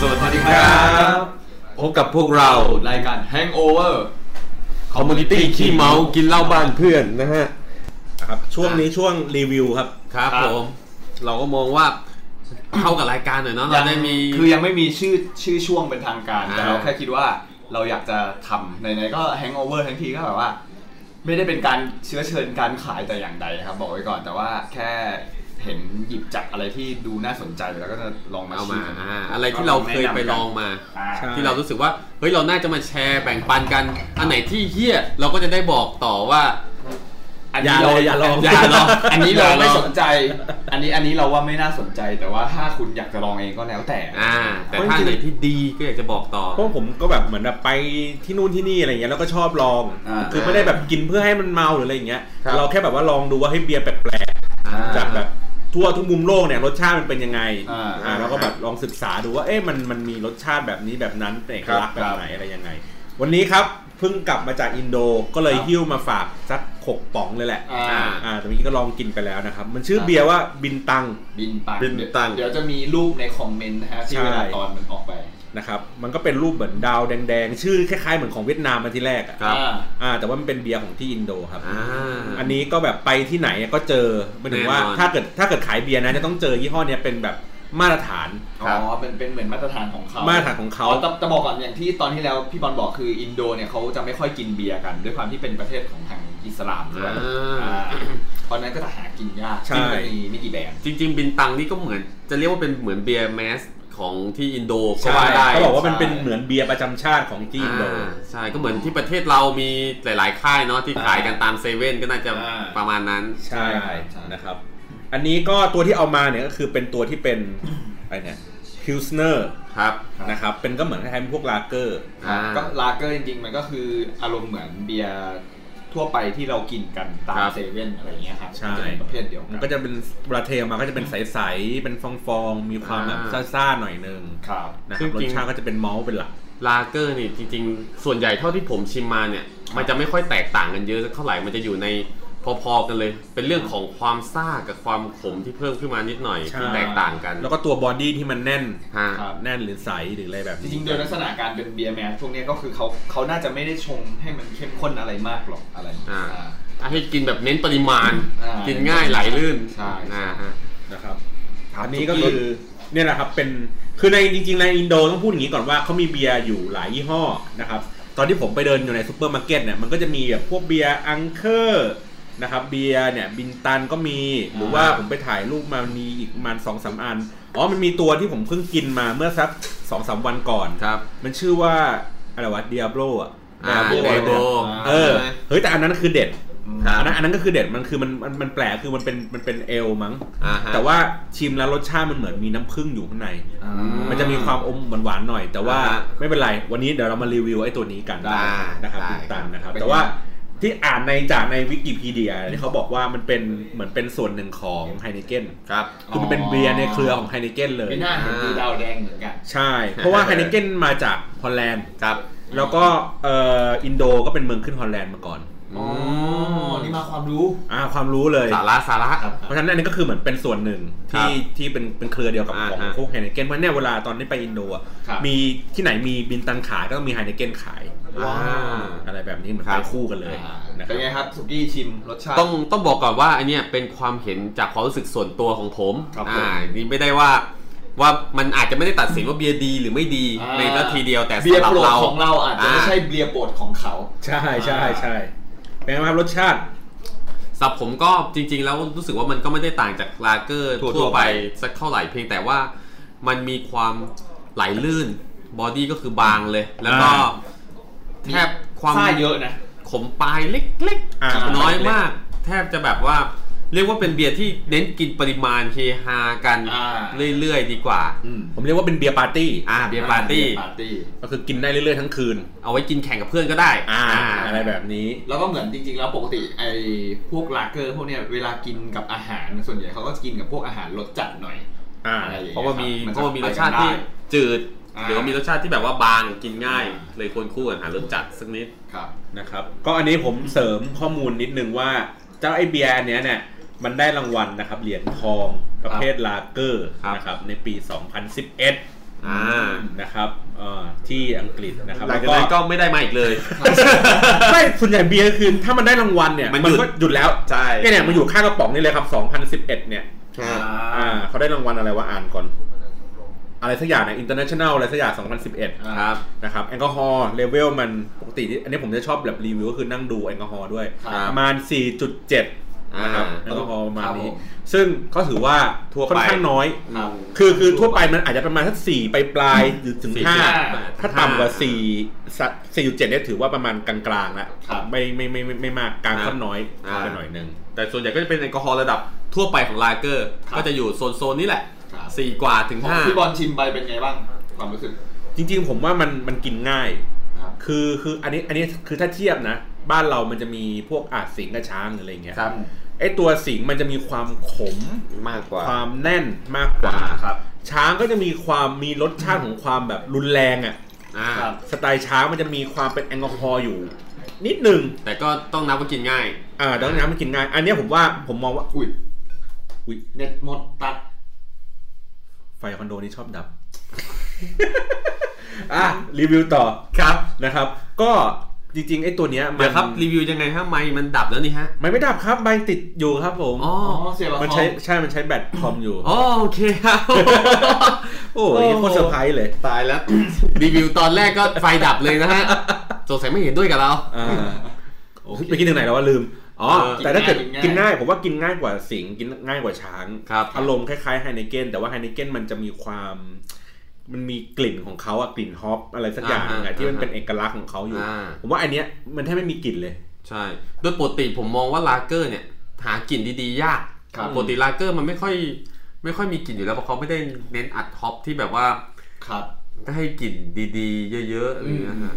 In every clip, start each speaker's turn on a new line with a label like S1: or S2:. S1: สวัสดีครับ
S2: พบกับพวกเรา
S1: รายการ Hangover
S2: คอมมูนิตี้ขี้เมา กินเหล้าบ้านเพื่อนนะฮะ
S3: ครับช่วงนี้ช่วงรีวิวครับ
S2: ครับ
S1: ครับ
S2: ผม เราก็มองว่า เข้ากับรายการหน่อยเนาะ เราได้มี
S1: คือยังไม่มีชื่อชื่อช่วงเป็นทางการ
S2: อ่า
S1: แต่เราแค่คิดว่าเราอยากจะทำไหนๆก็ Hangover ทั้งทีก็แบบว่า ไม่ได้เป็นการเชื้อเชิญการขายแต่อย่างใดนะครับ บอกไว้ก่อนแต่ว่าแค่เห็นหยิบจับอะไรที่ดูน่าสนใจแล้วก็จะลองมา
S2: เอา
S1: ชิ
S2: มาม อ่าอะไรที่เราเคยไปลองมา
S1: อ่า
S3: ใช่
S2: ที่เรารู้สึกว่า เฮ้ย เราน่าจะมาแชร์แบ่งปันกัน อันไหนที่เฮี้ย เราก็จะได้บอกต่อว่า
S1: อันนี้
S2: อย่า
S1: เรา
S2: เลยอย่าลอง
S1: อย่าลองอันนี้เรา
S2: อย่าลอง
S1: ไม่สนใจ อันนี้อันนี้เราว่าไม่น่าสนใจแต่ว่าถ้าคุณอยากจะลองเองก็แล้วแต่
S2: อ่า แต่ถ้าอันไหนที่ดีก็อยากจะบอกต่อ
S3: เพราะผมก็แบบเหมือนแบบไปที่นู่นที่นี่อะไรเงี้ยแล้วก็ชอบลอง
S1: อ่า
S3: คือไม่ได้แบบกินเพื่อให้มันเมาหรืออะไรอย่างเงี้ย
S1: ครับ
S3: เราแค่แบบว่าลองดูว่าให้เบียร์แปลก
S1: อ่
S3: ๆจากแบบทั่วทุกมุมโลกเนี่ยรสชาติมันเป็นยังไง
S1: อ่า
S3: อ่าเราก็แบบลองศึกษาดูว่าเอ๊ะมันมันมีรสชาติแบบนี้แบบนั้นเป็นเอกลักษณ์
S1: ค
S3: แบ
S1: รั
S3: บบ ไหนอะไรยังไง วันนี้ครับเพิ่งกลับมาจากอินโดก็เลย
S1: ครับ
S3: หิ้วมาฝากสักหกป๋องเลยแหละ
S1: อ่า
S3: อ่าแต่เมื่อกี้ก็ลองกินไปแล้วนะครับมันชื่อเบียร์ว่าบินตัง
S1: บินตัง
S2: บินตัง
S1: เดี๋ยวจะมีรูปในคอมเมนต์นะฮะที่
S3: ใช่
S1: เวลาตอนมันออกไป
S3: นะครับมันก็เป็นรูปเหมือนดาวแดงๆ ชื่อคล้ายๆเหมือนของเวียดนามมาที่แรกอะ
S2: ครับ
S1: อ่า
S3: อ่าแต่ว่ามันเป็นเบียร์ของที่อินโดครับ
S2: อ่า
S3: อันนี้ก็แบบไปที่ไหนก็เจอหมายถึงว่า
S2: แน่นอน
S3: ถ้าเกิดถ้าเกิดขายเบียร์นะจะต้องเจอยี่ห้อเนี้ยเป็นแบบมาตรฐาน
S1: อ๋อเป็นเป็นเหมือนมาตรฐานของเขา
S3: มาตรฐานของเขา
S1: แต่แต่บอกก่อนอย่างที่ตอนที่แล้วพี่บอลบอกคืออินโดเนี่ยเขาจะไม่ค่อยกินเบียร์กัน ด้วยความที่เป็นประเทศของทางอิสลามด้วย
S2: อ่า
S1: อ่าเพราะฉะนั้นก็จะหากินยาก
S3: ใช่
S1: ซึ่งมันมีไม่กี่แบรนด์
S2: จริง ๆ บินตังนี่ก็เหมือน จะเรียกว่าเป็นเหมือนเบียร์แมสของที่อินโดก็
S3: ใช่
S2: ว่าได้
S3: เขาบอกว่ามัน
S1: ใช่
S3: เป็นเหมือนเบียร์ประจำชาติของที่อินโด
S2: อ่าใช่ก็เหมือนที่ประเทศเรามีหลาย ๆ ค่ายเนาะที่ขายกันตามเซเว่นก็น่าจะ
S1: อ่า
S2: ประมาณนั้น
S3: ใช่
S1: ใช่ใช่
S3: นะครับ อันนี้ก็ตัวที่เอามาเนี่ยก็คือเป็นตัวที่เป็น อะไรเนี่ยพิลสเนอร์
S2: ครับ
S3: นะครับเป็นก็เหมือนคล้ายๆพวกลาเกอร์
S2: อ่า
S1: ก็ลาเกอร์จริงๆ มันก็คืออารมณ์เหมือนเบียร์ทั่วไปที่เรากินกันตาม
S2: ครับ
S1: เซเว่นอะไรอย่างเงี้ยครับ
S3: ใช่
S1: จะเป็นประเภทเดียว
S3: มัน
S1: กั
S3: ก็
S1: น
S3: จะเป็นเวลาเทออกมาก็จะเป็นใสๆ เป็นฟองๆ มีความแบบ
S2: อ่า
S3: ซ่าๆ หน่อยนึง
S1: ครับ
S3: นะค
S2: ซึ่
S3: รับร
S2: งจ
S3: ส
S2: ริง
S3: ชาติก็จะเป็นมอลต์เป็นหลัก
S2: ลาเกอร์นี่จริง ๆ ส่วนใหญ่เท่าที่ผมชิมมาเนี่ย มันจะไม่ค่อยแตกต่างกันเยอะสักเท่าไหร่มันจะอยู่ในพอๆกันเลย เป็นเรื่องของความซ่ากับความขมที่เพิ่มขึ้นมานิดหน่อย
S3: ใช่
S2: ที่แตกต่างกัน
S3: แล้วก็ตัวบอดี้ที่มันแน่น
S2: ฮะ
S1: ครับ
S3: แน่นหรือใสหรืออะไรแบบ
S1: จ
S3: นี้
S1: ริงๆ โดยลักษณะการเป็นเบียร์แมนพวกเนี้ยก็คือเขาเขาน่าจะไม่ได้ชงให้มันเข้มข้นอะไรมากหรอกอะไร
S2: อ่า
S1: อ่า
S2: ให้กินแบบเน้นปริมาณ
S1: อ่ากิ
S2: กินง่ายไหลลื่น
S1: ใช่
S2: อ่าฮะ
S3: นะครับ
S1: ครับ
S3: อันนี้ก็คือเนี่ยแหละครับเป็นคือในจริงๆ ในอินโดต้องพูดอย่างนี้ก่อนว่าเขามีเบียร์อยู่หลายยี่ห้อนะครับตอนที่ผมไปเดินอยู่ในซูเปอร์มาร์เก็ตเนี่ยมันก็จะมีแบบพวกเบียร์อังเคอร์นะครับเบียร์เนี่ยบินตันก็มีหรือว่า
S1: อ่า
S3: ผมไปถ่ายรูปมามันมีอีกประมาณสองสามอันอ๋อมันมีตัวที่ผมเพิ่งกินมาเมื่อสักสองสามวันก่อน
S2: ครับ
S3: มันชื่อว่าอะไรวะเดียโบอ่ะ
S2: อ่า
S3: Diablo
S2: เดโบ
S3: เออเฮ้ยแต่อันนั้นคือเด็ด
S2: ครับ
S3: อันนั้นอันนั้นก็คือเด็ดมันคือมันมันมันแปลกคือมันเป็นมันเป็นเอลมั้ง
S2: อ่าฮะ
S3: แต่ว่าชิมแล้วรสชาติมันเหมือนมีน้ำผึ้งอยู่ข้างใน
S1: อ่า
S2: ม
S3: มันจะมีความอมหวานๆหน่อย แต่ว่า
S2: อ่าฮะ
S3: ไม่เป็นไร วันนี้เดี๋ยวเรามารีวิวไอ้ตัวนี้กัน
S2: ได้
S3: นะครับ
S2: ได้
S3: คุณตันนะครับ
S1: เป็นไง
S3: แต่ว่าที่อ่านในจากในวิกิพีเดียเนี่ยเขาบอกว่ามันเป็นเหมือนเป็นส่วนหนึ่งของไฮเนเก้น
S2: ครับ
S3: คือมันเป็นเบียร์ในเครือของไฮเนเก้นเลย
S1: ไม่น่าเห็นดูดาวแดงเหมือนกัน
S3: ใช่ เพราะว่าไฮเนเก้นมาจากฮอลแลนด์
S2: ครับ
S3: แล้วก็เอ่ออินโดก็เป็นเมืองขึ้นฮอลแลนด์มาก่อน
S1: อ๋อ นี่มาความรู้
S3: อ่าความรู้เลย
S2: สาระสาระ
S1: ครับ
S3: เพราะฉะนั้นอันนี้ก็คือเหมือนเป็นส่วนหนึ่ง
S2: ครับ
S3: ที่ที่เป็นเป็นเครือเดียวกับ
S2: อ่า
S3: ของ
S2: ฮะ
S3: พวกไฮเนเก้นเพราะเนี่ยเวลาตอนที่ไปอินโดอะ
S1: ครับ
S3: มีที่ไหนมีบินตันขายก็ต้องมีไฮเนเก้นขาย
S2: อ่า
S3: อะไรแบบนี้เหมือน
S2: ครั
S3: ไป
S2: บ
S3: คู่กันเลย
S1: อ่า
S3: นะค
S1: เป็
S3: รั
S1: นไง
S3: บ
S1: ครับสุกี้ชิมรสชาติ
S2: ต้องต้องบอกก่อนว่าอันเนี้ยเป็นความเห็นจากความรู้สึกส่วนตัวของผม
S1: ครับ
S2: อ่านี่ไม่ได้ว่าว่ามันอาจจะไม่ได้ตัดสินว่าเบียร์ดีหรือไม่ดี
S1: อ่า
S2: ในนาทีเดียวแต่
S1: เบียร์
S2: สำหรับ
S1: โปรด
S2: เรา
S1: ของเราอาจจะไม่
S2: อ่า
S1: ใช่เบียร์โปรดของเขา
S3: ใช่ใช่ใช่เป็นไงบ้างครับรสชาติ
S2: สำหรับผมก็จริง ๆ แล้วรู้สึกว่ามันก็ไม่ได้ต่างจากลาเกอร์
S1: ทั่วๆ
S2: ทั่วไป
S1: ไป
S2: สักเท่าไหร่เพียงแต่ว่ามันมีความไหลลื่นบอดี้ก็คือบางเลย แล้วก็
S3: อ่า
S2: แทบความ
S1: ซ่าเยอะนะ
S2: ขมปลายเล็ก
S3: อ่า
S2: ๆ น้อยมาก แทบจะแบบว่าเรียกว่าเป็นเบียร์ที่เน้นกินปริมาณเฮฮากัน
S1: อ่า
S2: เรื่อยๆ ดีกว่า
S1: อืม
S3: ผมเรียกว่าเป็นเบียร์ปาร์ตี้
S2: อ่าเบียร์ปาร์ตี้
S1: เบียปาร์ตี้
S3: ก็คือกินได้เรื่อยๆทั้งคืน
S2: เอาไว้กินแข่งกับเพื่อนก็ได้
S3: อ่า อะไรแบบนี้
S1: แล้วก็เหมือนจริงๆ แล้วปกติไอ้พวกลาเกอร์พวกเนี้ยเวลากินกับอาหารส่วนใหญ่เขาก็จะกินกับพวกอาหารรสจัดหน่อย
S3: อ่า
S1: อะไรอย่างเงี้ย
S2: เพราะว่ามี
S1: คบ
S2: เพราะว่ามีร
S1: น
S2: ส
S1: จ
S2: ชาติที่
S1: ไปกันได้
S2: จืด
S1: อ่า
S2: หรือว่ามีรสชาติที่แบบว่าบางกินง่าย เลยควรคู่กับอาหารรสจัดสักนิด
S1: ครับ
S3: นะครับก็อันนี้ผมเสริมข้อมูลนิดนึงว่าเจ้าไอเบียร์อันเนี้ยเนี่ยมันได้รางวัลนะครับเหรียญทองประเภทลาเกอร์
S2: ครับ
S3: นะครับในปี 2011
S2: อ่า
S3: นะครับเอ่อที่อังกฤษนะครับ
S2: หลังจากนั้นก็ไม่ได้มาอีกเลย
S3: ไม่ส่วนใหญ่เบียร์คือถ้ามันได้รางวัลเนี่ย
S2: มันหยุ
S3: มัน
S2: ด
S3: ก็หยุดแล้ว
S2: ใช่
S3: เนี่ยเนี่ยมันอยู่ข้างกระป๋องนี่เลยครับ 2011 เนี่ย
S2: อ่า
S3: อ่าเขาได้รางวัลอะไรวะอ่านก่อน อะไรสักอย่างเนี่ย international อะไรสักอย่าง 2011
S2: ครับ
S3: นะครับแอลกอฮอล์เลเวลมันปกติที่อันนี้ผมจะชอบแบบรีวิวก็คือนั่งดูแอลกอฮอล์ด้วย
S1: ค
S2: ค
S1: รั
S2: รั
S1: บบ
S3: ประมาณ 4.7 นะครับ
S2: อ่า
S3: แอลกอฮอล์ประมาณ
S1: ครับผ
S3: นี้
S1: ม
S3: ซึ่งก็ถือว่า
S2: ทั่ว
S3: ค่อน
S2: ไป
S3: ข้างน้อย
S1: ครับ
S3: คือคือทั่วไปมันอาจจะประมาณสักสี่ปลายปลายๆหรือถึง
S2: สี่
S3: ห้า
S2: ห้า
S3: ถ้าต่ำกว่าสี่สี่จุดเจ็ดเนี่ยถือว่าประมาณกลางๆแล้ว
S1: ครับ
S3: ไม่ไม่ไม่ไม่ไม่มากกลาง
S2: อ่า
S3: ค่อนน้อย
S2: อ่า
S3: ไปหน่อยหนึง
S2: แต่ส่วนใหญ่ก็จะเป็นแอลกอฮอล์ระดับทั่วไปของลาเกอร์
S1: ครับ
S2: ก็จะอยู่โซนโซนๆนี้แหละ
S1: ครับ
S2: สี่กว่าถึง
S1: ของ
S2: ห้า
S1: พี่บอลชิมไปเป็นไงบ้างความรู้สึก
S3: จริงๆผมว่ามันมันกินง่าย
S1: ครับ
S3: คือคืออันนี้อันนี้คือถ้าเทียบนะ บ้านเรามันจะมีพวกอาจสิงห์กับช้างหรืออะไรเงี้ย
S1: ครับ
S3: ไอตัวสิงห์มันจะมีความขม
S2: มากกว่า
S3: ความแน่นมากกว่า
S1: ครับ
S3: ช้างก็จะมีความมีรสชาติของความแบบรุนแรงอ่ะ
S2: อ่า
S1: ครับ
S3: สไตล์ช้างมันจะมีความเป็นแอลกอฮอล์อยู่ นิดหนึ่ง
S2: แต่ก็ต้องนับว่ากินง่าย
S3: อ่าดังนั้นมันกินง่าย อันเนี้ยผมว่าผมมองว่า
S1: อุ้ย
S3: อุ้ย
S1: เน็ตหมดตัด
S3: ไฟคอนโดนี้ชอบดั บ อ่ะรีวิวต่อ
S2: ครับ
S3: นะครับ ก็จริงๆไอ้ตัวเนี้ยมั
S2: เดี๋ยวครับรีวิวยังไงฮะไมค์มันดับแล้วนี่ฮะ
S3: มันไม่ดับครับใบติดอยู่ครับผม
S2: อ๋อ
S1: อ๋อเสียบ
S3: มันใช้ใช่มันใช้แบตคอมอยู่
S2: อ๋อโอเคครับ
S3: โอ้ยโคตรเซอร์ไพรส์เลย
S2: ตายแล้ว รีวิวตอนแรกก็ ไฟดับเลยนะฮะสงสัยไม่เห็นด้วยกับเรา
S3: อ่า
S2: โอเค
S3: ไปกินถึงไหนแล้วว่าลืม อ๋อ
S2: เออ
S3: แต่ถ้าเกิด
S1: กิ
S3: กิน
S1: น
S3: ง่า
S1: ง่าย ย
S3: ผมว่ากินง่ายกว่าสิงห์กินง่ายกว่าช้าง
S2: ครับ
S3: อารมณ์คล้ายๆไฮเนเกนแต่ว่าไฮเนเกนมันจะมีความ มันมีกลิ่นของเขาอะกลิ่นฮอปอะไรสักอย่างหนึงอะที่มันเป็นเอกลักษณ์ของเขาอยู่
S2: อ่า
S3: ผมว่าอันเนี้ยมันแทบไม่มีกลิ่นเลย
S2: ใช่โดยปกติผมมองว่าลาเกอร์เนี่ย หากลิ่นดีๆ ยาก
S1: ครับ
S2: ปกติลาเกอร์มันไม่ค่อย ไม่ค่อยมีกลิ่นอยู่แล้วเพราะเขาไม่ได้เน้นอัดท็อปที่แบบว่า
S1: ครับ
S2: ให้กลิ่นดีๆ เยอะๆอะไรอย่างเงี้ยฮะ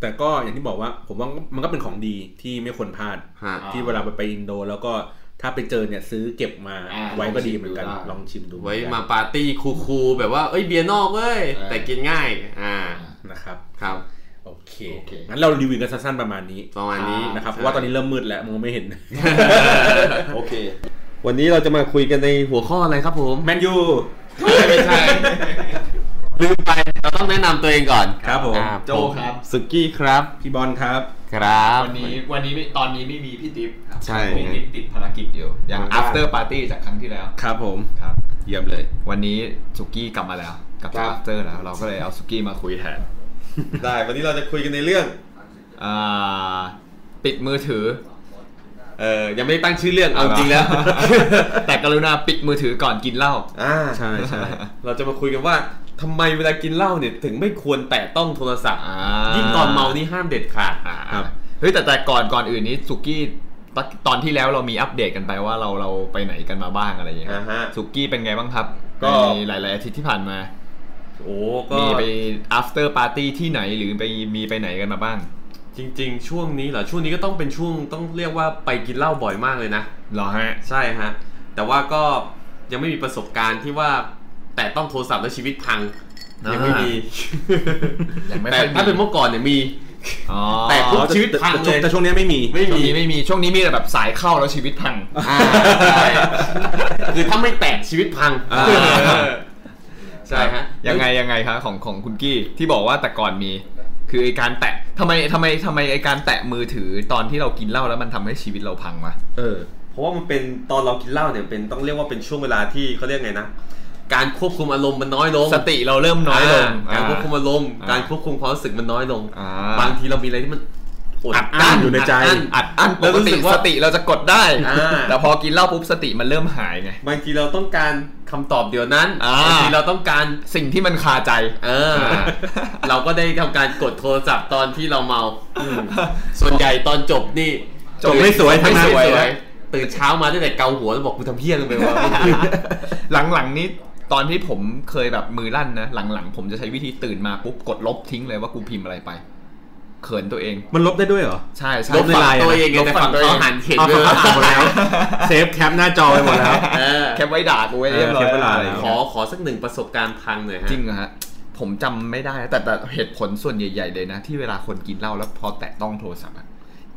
S3: แต่ก็อย่างที่บอกว่า ผมว่ามันก็เป็นของดีที่ไม่ควรพลาด
S2: ฮะ
S3: ที่เวลาไปไปอินโด แล้วก็ถ้าไปเจอเนี่ยซื้อเก็บมา
S1: อ่า
S3: ไว้ก็ดีเหมือนกัน
S1: ลองชิมดูได้
S3: ลองชิมดู
S2: ไว้มาปาร์ตี้คูลๆแบบว่าเอ้ยเบียร์นอกเว้ย
S1: เออ
S2: แต่กินง่าย อ่า
S3: นะครับ
S2: ครับ
S3: โอเค
S1: โอเค
S3: งั้นเรารีวิวกันสั้นๆประมาณนี้
S2: ประมาณนี้
S3: นะครับเพ
S2: ใช่
S3: ราะว่าตอนนี้เริ่มมืดแล้วมองไม่เห็น
S1: โอเค
S2: วันนี้เราจะมาคุยกันในหัวข้ออะไรครับผม
S3: แมนยู
S2: ไม่ใช่ ลืมไปเราต้องแนะนำตัวเองก่อน
S3: ครับผม
S2: อ่า
S1: โจครับ
S2: สุกี้ครับ
S3: พี่บอลครับ
S2: ครับ
S1: วันนี้วันนี้ไม่ตอนนี้ไม่มีพี่ติ๊บครับ
S2: ใช่
S1: พี่ติ๊บติดภารกิจอยู่อย่าง after party จากครั้งที่แล้ว
S3: ครับผม
S1: ครับ
S3: เยี่ยมเลย
S1: วันนี้สุกี้กลับมาแล้วกลับจาก after แล้วเราก็เลยเอาสุกี้มาคุยแทน
S2: ได้วันนี้เราจะคุยกันในเรื่อง
S1: อ่าปิดมือถือ
S2: เออยังไม่ได้ตั้งชื่อเรื่องเอาจริงแล้ว
S1: แต่กรุณาปิดมือถือก่อนกินเหล้า
S2: อ่า
S3: ใช่ใช่
S2: เราจะมาคุยกันว่าทำไมเวลากินเหล้าเนี่ยถึงไม่ควรแตะต้องโทรศัพท์ ยิ่งก่อนเมานี่ห้ามเด็ดขาด
S1: อ่า
S3: ครับ
S1: เฮ้ยแต่แต่ก่อนก่อนอื่นนี้สุกี้ตอนตอนที่แล้วเรามีอัปเดตกันไปว่าเราเราไปไหนกันมาบ้างอะไรอย่างเงี้ยครับ
S2: อ่าฮะ
S1: สุกี้เป็นไงบ้างครับ
S2: ก็
S1: ในหลาย ๆ อาทิตย์ที่ผ่านมา
S2: โอ้ก็
S1: มีไป after party ที่ไหนหรือไปมีไปไหนกันมาบ้าง
S2: จริง ๆ ช่วงนี้เหรอช่วงนี้ก็ต้องเป็นช่วงต้องเรียกว่าไปกินเหล้าบ่อยมากเลยนะ
S1: เหรอฮะ
S2: ใช่ฮะ แต่ว่าก็ยังไม่มีประสบการณ์ที่ว่า แต่ต้องโทรศัพท์แล้วชีวิตพัง
S1: อ่ายั
S2: ยังไม่มี
S1: ยังไม่
S2: แต่
S1: ค่อยมี
S2: ถ้าเป็นเมื่อก่อนเนี่ยมี
S1: อ๋อ
S2: แต่พวก ชีวิตพัง
S3: แต่
S2: เลย
S3: แต่ช่วงนี้ไม่มี
S2: ไม่
S1: ช่วง
S2: มี
S1: นี้ไม่มีช่วงนี้มีแต่แบบสายเข้าแล้วชีวิตพัง
S2: อ่าใช่คือถ้าไม่แตะชีวิตพัง
S1: อ่า
S2: เออใช่ฮะ
S1: ยังไงยังไงครับของของคุณกี้ที่บอกว่าแต่ก่อนมี คือไอการแตะทำไมทำไมทำไมไอการแตะมือถือตอนที่เรากินเหล้าแล้วมันทำให้ชีวิตเราพังวะ
S3: เออ
S2: เพราะว่ามันเป็นตอนเรากินเหล้าเนี่ยเป็นต้องเรียกว่าเป็นช่วงเวลาที่เขาเรียกไงนะการควบคุมอารมณ์มันน้อยลง
S1: สติเราเริ่มน้อยลง
S2: าการควบคุมอารมณ์
S1: อ่า
S2: การควบคุมความรู้สึกมันน้อยลง
S1: อ่า
S2: บางทีเรามีอะไรที่มัน
S3: อัดอั้นอยู่ในใจ
S2: อัดอั้น
S1: อัดอั้นป
S2: แล้ว
S1: ก
S2: รู้
S1: ติ
S2: สึกว่า
S1: สติเราจะกดได้
S2: อ่า
S1: แต่พอกินเหล้าปุ๊บสติมันเริ่มหายไง
S2: บางทีเราต้องการคำตอบเดี๋ยวนั้น
S1: อ่า
S2: บางทีเราต้องการ
S1: สิ่งที่มันคาใจ
S2: เออ
S1: อ่า
S2: เราก็ได้ทำการกดโทรศัพท์ตอนที่เราเมา ส่วนใหญ่ตอนจบนี่
S3: จบไม่สวยทั้งนั้น
S2: ไม่สวยตื่นเช้ามาตั้งแต่เกาหัวแล้วบอกกูทำเพี้ยนไปว่า
S1: หลังๆนี้ตอนที่ผมเคยแบบมือลั่นนะ หลังๆ ผมจะใช้วิธีตื่นมาปุ๊บกดลบทิ้งเลยว่ากูพิมพ์อะไรไปเขินตัวเอง
S3: มันลบได้ด้วยเหรอ
S1: ใช่ใช่
S2: ลบ
S3: ใน
S2: ฝั่
S3: ไล
S2: ง
S3: น์
S2: ตัวเองไง
S1: ลบ
S2: แต่
S1: ฝั่ง
S2: ฝั่ง
S1: ตัวเอ
S2: เขา
S1: ง
S2: หันเห็น
S3: เอา
S2: ด้วย
S3: เขาอ่านหมดแล้ว เซฟแคปหน้าจอไปหมดแล้ว
S2: เออ
S1: แคปไว้ด่ากูไว้เรียบร้อย
S3: เออแคปไว้ด่าแล้ว
S2: ขอขอสักหนึ่งประสบการณ์พังหน่อยฮะ
S1: จริงเหรอฮะผมจำไม่ได้นะแต่แต่เหตุผลส่วนใหญ่ๆเลยนะ ที่เวลาคนกินเหล้าแล้วพอแตะต้องโทรศัพท์อะ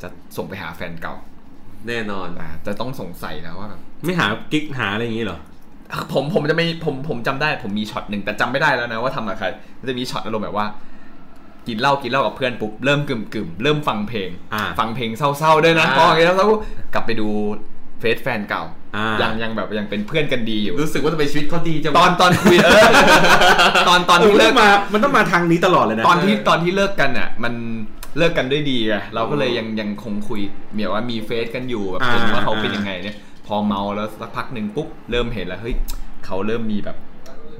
S1: จะส่งไปหาแฟนเก่า
S2: แน่นอน
S1: อ่าจะต้องสงสัยแล้วว่าแบบ
S3: ไม่หากิ๊กหาอะไรอย่างนี้เหรอ
S1: ผมผมจะไม่ผมผมจำได้ผมมีช็อตหนึ่งแต่จำไม่ได้แล้วนะว่าทำกับใครมันจะมีช็อตอารมณ์แบบว่า กินเหล้ากินเหล้ากับเพื่อนปุ๊บเริ่มกึ่มกึ่มๆเริ่มฟังเพลง
S3: อ่า
S1: ฟังเพลงเศร้าๆด้วยนะ
S2: อ่า
S1: พออย่างเงี้ยแล้วก็กลับไปดูเฟซแฟนเก่า
S3: อ่ายั
S1: ยังยังแบบยังเป็นเพื่อนกันดีอยู่
S2: รู้สึกว่าทำไมชีวิตเขาดีจังวะ
S1: ตอนตอนคุยเออตอนตอน
S3: เออ
S1: ที่
S3: มัน
S1: เลิ
S3: ต้อก งมามันต้องมาทางนี้ตลอดเลยนะ
S1: ตอนที่ตอนที่เลิกกันอ่ะ มันเลิกกันด้วยดีไงเราก็เลยยังยังคงคุยเหมียวว่ามีเฟซกันอยู่แบบ
S3: อ่า
S1: เห็นว่าเขาเป็น
S3: อ่ายั
S1: ยังไงเนี่ย พอเมาแล้วสักพักหนึ่งปุ๊บเริ่มเห็นแล้วเฮ้ยเขาเริ่มมีแบบ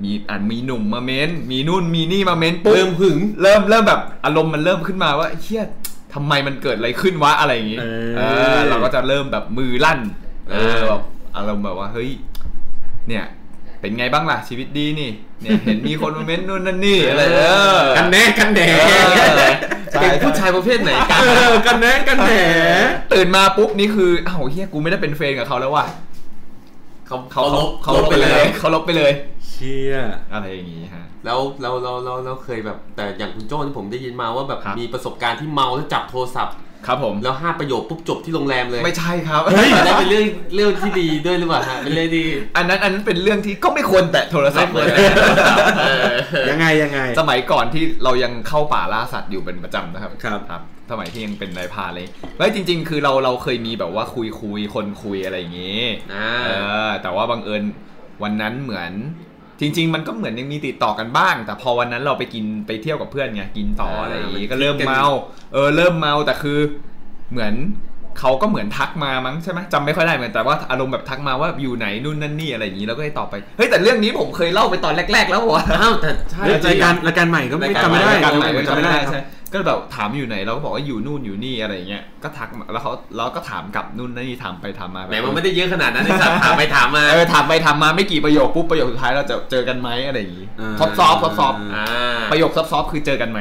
S1: มีอ่านมีหนุ่มมาเม้น มีนู่นมีนี่มาเม้นปุ๊บ
S2: เริ่มหึง
S1: เริ่มเริ่มแบบอารมณ์มันเริ่มขึ้นมาว่าเฮียทำไมมันเกิดอะไรขึ้นวะอะไรอย่างงี้
S3: เออ
S1: เออเราก็จะเริ่มแบบมือลั่น เออแบบอารมณ์แบบว่าเฮ้ย เนี่ย เป็นไงบ้างล่ะชีวิตดีนี่ เนี่ย เห็นมีคนมาเม้นนู่นนั่นนี่อะไรเออ
S3: กันแน่กันแหน
S1: เออ
S2: เป็
S1: เป็นน
S2: ผู้
S1: ผู้
S2: ชา
S1: ชาย ย
S2: ประเภทไหนกัน
S3: เออกันแน่กันแหน
S1: ตื่นมาปุ๊บนี่คืออ้าวเฮียกูไม่ได้เป็นเฟรนกับเขาแล้วว่ะ
S2: เขา
S1: เขา
S2: เขาลบ
S1: เขาลบไปเลย เขาลบไปเลย
S3: เชี่ย
S1: อะไรอย่างงี้ฮะ
S2: แล้วเราเราเราเราเคยแบบ แต่อย่างคุณโจ้นี่ผมได้ยินมาว่าแบบ
S1: ครับ
S2: มีประสบการณ์ที่เมาแล้วจับโทรศัพท์
S1: ครับผม
S2: แล้วห้าประโยคปุ๊บจบที่โรงแรมเลย
S1: ไม่ใช่ครับ
S2: อันนั้นเป็นเรื่องเรื่องที่ดีด้วยหรือเปล่าฮะเป็นเรื่องที่
S1: อันนั้นอันนั้นเป็นเรื่องที่ก็ไม่ควรแตะโทรศัพท์เลยนะ
S2: เออ
S3: ยังไงยังไง
S1: สมัยก่อนที่เรายังเข้าป่าล่าสัตว์อยู่เป็นประจำนะครับ
S3: ครับ
S1: ครับสมัยที่ยังเป็นนายพรานเลยไว้ยจริง ๆ คือเราเราเคยมีแบบว่าคุยคุยคนคุยอะไรอย่างงี้
S2: อ่า
S1: เออ แต่ว่าบังเอิญวันนั้นเหมือน จริง ๆ มันก็เหมือนยังมีติดต่อกันบ้าง แต่พอวันนั้นเราไปกินไปเที่ยวกับเพื่อนไงกินต่ออะไรอย่างงี้
S2: อ่ามัน
S1: ก็เริ่ม
S2: คิดกัน
S1: เมาเออเริ่มเมาแต่คือ เหมือนเขาก็เหมือนทักมามั้งใช่ไหมจำไม่ค่อยได้เหมือนแต่ว่าอารมณ์แบบทักมาว่าอยู่ไหนนู่นนั่นนี่อะไรอย่างงี้แล้วก็ให้ตอบไปเฮ้ยแต่เรื่องนี้ผมเคยเล่าไปตอนแรก ๆ แล้ววะ
S2: อ้าวแต่ใช่
S3: เฮ้ยรายการรายการใหม่ก็ไม่
S2: รายการ
S3: จำไม่ได้
S2: ใหม่
S1: การใหม่
S3: จำ
S1: จำ
S3: ไม่
S1: ไม่
S3: ได้
S1: ได้
S3: ครับ
S1: ใช่ก็แบบถามอยู่ไหนเราก็บอกว่าอยู่นู่นอยู่นี่อะไรอย่างเงี้ยก็ทักมาแล้วเขาเราก็ถามกลับนู่นนี่ถามไปถามมา
S2: ไหนมันไม่ได้เยอะขนาดนั้นไอ้สัตว์ถามไปถามมา
S1: เออถามไปถามมาไม่กี่ประโยคปุ๊บประโยคสุดท้ายเราจะเจอกันไหมอะไรอย่างงี้
S3: อ่า
S1: ซอฟซอฟซอฟ
S2: อ่า
S1: ประโยคซอฟซอฟคือเจอกันไหม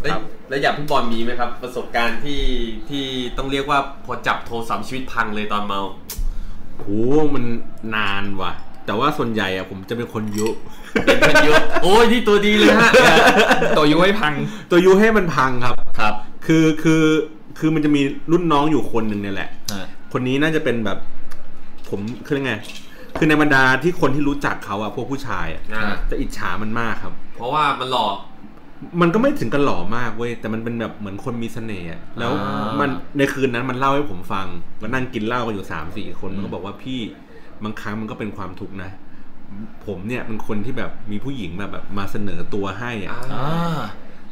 S2: แล้ว
S1: ครับ
S2: แล้วอย่างพี่บอลมีไหมครับ ประสบการณ์ที่ที่ต้องเรียกว่าพอจับโทรศัพท์ชีวิตพังเลยตอนเมา
S3: โหมันนานว่ะ แต่ว่าส่วนใหญ่อะผมจะเป็นคนยุ
S2: เป็นคนเยอะโอ้ยนี่ตัวดีเลยฮะ
S1: ตัวยุ้ยพัง
S3: ตัวยุให้มันพังครับ
S1: ครับ
S3: คือคือคือมันจะมีรุ่นน้องอยู่คนหนึ่งเนี่ยแหละ คนนี้น่าจะเป็นแบบ ผมคือยังไง คือในบรรดาที่คนที่รู้จักเขาอะพวกผู้ชายอะ
S2: อ่า
S3: จะอิจฉามันมากครับ
S2: เพราะว่ามันหลอก
S3: มันก็ไม่ถึงกันหล่อมากเว้ยแต่มันเป็นแบบเหมือนคนมีเสน่ห์อะแล้ว
S1: อ่ามั
S3: มันในคืนนั้นมันเล่าให้ผมฟังก็นั่งกินเหล้ากันอยู่สามสี่คนมันก็บอกว่าพี่บางครั้งมันก็เป็นความทุกข์นะ ผมเนี่ยเป็นคนที่แบบมีผู้หญิงแบบแบบมาเสนอตัวให้อะ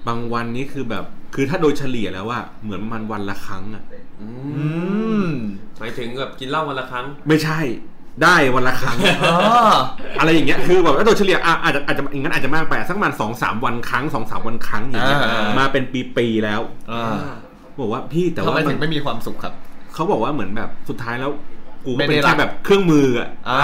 S3: บางวันนี้คือแบบ คือถ้าโดยเฉลี่ยแล้วว่าเหมือนประมาณวันละครั้งอ่ะ
S2: อื
S1: ื
S2: ม
S1: ม
S2: หมายถึงแบบกินเหล้าวันละครั้ง
S3: ไม่ใช่ ได้วันละครั้ง
S1: อ๋อ
S3: อะไรอย่างเงี้ย คือแบบว่าโดยเฉลี่ยอ่ะอาจจะอาจจะอย่างนั้นอาจจะมากไปอ่ะสักประมาณสองสามวันครั้งสองสามวันครั้งอย่างเงี้ย
S1: อ่า
S3: มาเป็นปีๆแล้ว
S1: อ่า
S3: บอกว่าพี่แต่
S1: ทำ
S3: ว่า
S1: ไม
S3: มัน
S1: ถึงไม่มีความสุขครับ
S3: เขาบอกว่าเหมือนแบบสุดท้ายแล้ว กูก็
S1: ไม่
S3: เป็
S1: ได้
S3: น
S1: รั
S3: แค่
S1: ก
S3: แบบเครื่องมืออ่ะ
S1: อ่า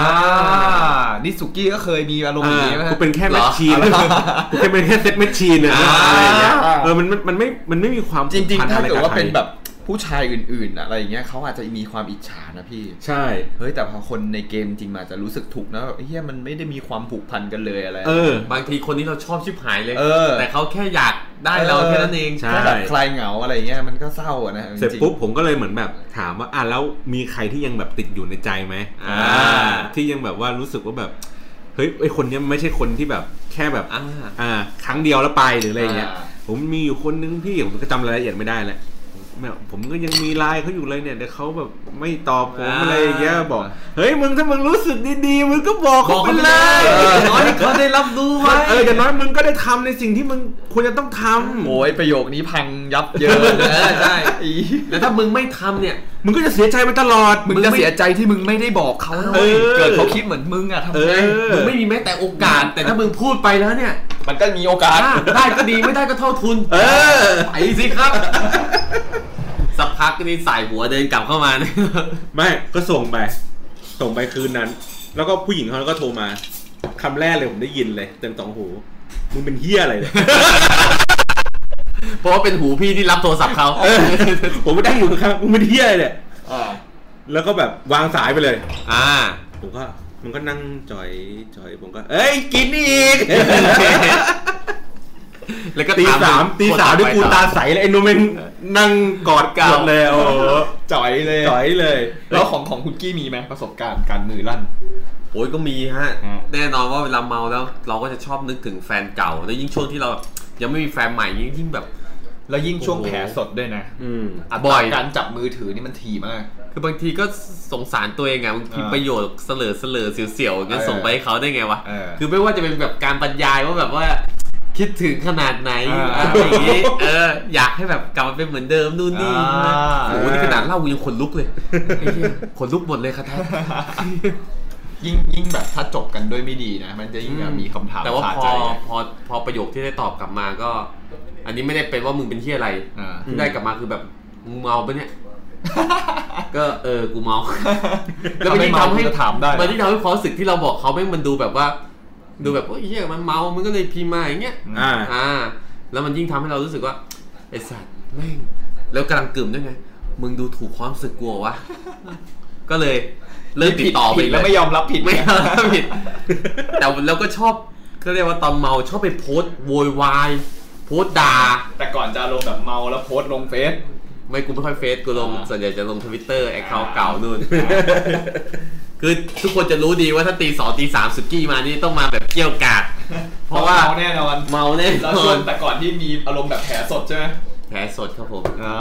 S1: นี่สุกี้ก็เคยมีอารมณ์อย่างนี้ไหม
S3: อ่า
S1: ฮะ
S3: กูเป็นแค่แมชชีน
S1: เหรอ
S3: กูแค่เป็นแค่เซ็ตแมชชีนเนี่ย
S1: อ่า
S3: อะไรอย่างเงี้ยเออมันมันมันไม่มันไม่มีความ
S1: จริง
S3: ผูกพัน
S1: ๆ ถ้า
S3: อะไร
S1: เกิด
S3: บ
S1: ว่า
S3: ใคร
S1: เป็นแบบผู้ชายอื่นๆ อะไรอย่างเงี้ยเขาอาจจะมีความอิจฉานะพี่
S3: ใช่
S1: เฮ้ยแต่พอคนในเกมจริงมาจะรู้สึกถูกข์นะแบบเฮียมันไม่ได้มีความผูกพันกันเลยอะไร
S3: เออ
S2: บางทีคนที่เราชอบชิบหายเลย
S1: เออ
S2: แต่เขาแค่อยากได้เราแค่นั้นเอง
S3: ใช่
S1: แค่แบบคลายเหงาอะไรเงี้ยมันก็เศร้าอะนะ
S3: เสร็จ
S1: จงๆ
S3: ปุ๊บผมก็เลยเหมือนแบบถามว่าอ่ะแล้วมีใครที่ยังแบบติดอยู่ในใจไหม
S2: อ่า
S3: ที่ยังแบบว่ารู้สึกว่าแบบเฮ้ยไอคนเนี้ยไม่ใช่คนที่แบบแค่แบบ
S2: อ่า
S3: อ่าครั้งเดียวแล้วไปหรืออะไรอย่างเงี้ย
S1: อ่า
S3: ผมมีอยู่คนนึงพี่ผมก็จำรายละเอียดไม่ได้แหละแม่ผมก็ยังมีไลน์เขาอยู่เลยเนี่ยเดี๋ยวเขาแบบไม่ตอบผมอะไรอย่างเงี้ยบอกเฮ้ยมึงถ้ามึงรู้สึกดีๆมึงก็บอก
S2: บ
S3: เขา
S2: อก
S3: ไปเลย
S2: เขาไปเลยอย่างน้อยให้เขาได้รับรู้ไว้
S3: เอออย่างน้อยมึงก็ได้ทำในสิ่งที่มึงควรจะต้องทำ
S1: โอ้ยประโยคนี้พังยับเยิน
S2: เออใช่ แล้วถ้ามึงไม่ทำเนี่ย
S3: มึงก็จะเสียใจมาตลอด
S1: มึงจะเสียใจที่มึงไม่ได้บอกเขานะ
S3: เอ
S1: เว้ย
S3: อ
S1: เกิดเขาคิดเหมือนมึงอะทำ
S3: เอ
S1: ไง
S3: อ
S2: มึงไม่มีแม้แต่โอกาส แต่ถ้ามึงพูดไปแล้วเนี่ย
S1: มันก็มีโอกาส
S2: อ่ะได้ก็ดีไม่ได้ก็เท่าทุน
S3: เออ
S2: ไปสิครับ สักพักนี่สายหัวเดินกลับเข้ามาเนี่ย
S3: ไม่ก็ส่งไป ส่งไปคืนนั้น แล้วก็ผู้หญิงเขาก็โทรมาคำแรกเลยผมได้ยินเลยเต็มสองหูมึงเป็นเฮียอะไร เนี่ย
S2: เพราะว่าเป็นหูพี่ที่รับโทรศัพท์เขา
S3: ผมไม่ได้อยู่ข้างๆมึงเป็นเฮียอะไรเนี่ยแล้วก็แบบวางสายไปเลย
S2: อ่า
S3: ผมก็มันก็นั่งจอยจอยผมก็ เอ้ยกินอีก
S2: แล้วก็
S3: ตี
S2: ถ
S3: สามตีสามที่กูตาใสเลยไอ้โนเมนนั่งกอดกอดเลยโอ้โห
S1: จ่อยเลย
S3: จ่อยเลย
S1: แล้วของของคุณกี้มีไหมประสบการณ์การมือลั่น
S2: โอ้ยก็มีฮะ
S1: อืม
S2: แน่นอนว่าเวลาเมาแล้ว เราก็จะชอบนึกถึงแฟนเก่า แล้วยิ่งช่วงที่เรายังไม่มีแฟนใหม่ยิ่งยิ่งแบบ
S1: แล้วยิ่งช่วง
S2: โอ้โห
S1: แผลสดด้วยนะ
S3: อืม
S1: อัต
S2: บ่
S1: รา
S2: อย
S1: การจับมือถือนี่มันถี่มาก
S2: คือบางทีก็สงสารตัวเองอะบางที
S1: อ่า
S2: ประโยชน์เสลอเสลอเสียวๆงั้น
S1: เออ
S2: ส่งไปให้เขาได้ไงวะ
S1: เออ
S2: คือไม่ว่าจะเป็นแบบการบรรยายว่าแบบว่า คิดถึงขนาดไหน
S1: อ่า
S2: อะไรอย่างงี้เออ อยากให้แบบกลับมาเป็นเหมือนเดิมนู่นนี่
S1: อ่า
S2: ใช่ไหมโอ้โหนี่ขนาดเล่ากูยังขนลุก เลยไอ้เหี้ยขนลุกหมดเลยครับท่าน
S1: ยิ่งยิ่งแบบถ้าจบกันด้วยไม่ดีนะ มันจะยิ่งแบบมีคำถาม
S2: แต่ว่า
S1: คา
S2: พ
S1: ใจ
S2: อ
S1: นะ
S2: พอพอประโยคที่ได้ตอบกลับมาก็ อันนี้ไม่ได้เป็นว่ามึงเป็นที่อะไร
S1: อ่า
S2: ที่ได้กลับมาคือแบบมึงเมา ปะเนี่ย ก็เออกูเมา แล้วมันยิ่งทำให้
S1: ถ้าไม่เมาจะถามได้
S2: มันยิ่งทำให้ความรู้สึกที่เราบอกเขาแม่งมันดูแบบว่า ดูแบบโอ้ยเหี้ยมันเมามันก็เลยพิมพ์มาอย่างเงี้ย
S3: อ่า
S2: อ่า แล้วมันยิ่งทำให้เรารู้สึกว่าไอสัตว์แม่งแล้วกำลังกลืมด้วยไงมึงดูถูกความรู้สึกกลัววะ ก็เลยเลิกติดต่อไป
S1: ผิด
S2: อีก
S1: แล้ว
S2: เย
S1: ไม่ยอมรับผิด
S2: ไม่
S1: เนี่ย
S2: เอาผิด แต่เราก็ชอบเขาเรียกว่าตอนเมาชอบไปโพสต์โวยวายโพสต์ด่า
S1: แต่ก่อนจะลงแบบเมาแล้วโพสต์ลงเฟซ
S2: ไม่กูไม่ค่อยเฟซกูลง
S1: อ่า
S2: ส่วนใหญ่จะลงทวิตเตอร์แอคเคาท์เก่านู่น คือทุกคนจะรู้ดีว่าถ้าตีสองตีสามสุกี้มานี่ต้องมาแบบเกี่ยวกาด เพราะว่า
S1: เมาแน่นอน
S2: เมาแน่น
S1: แล้ว
S2: อ
S1: ช่วน งแต่ก่อนที่มีอารมณ์แบบแผลสดใช่ไหม
S2: แผลสดครับผม
S1: อ่า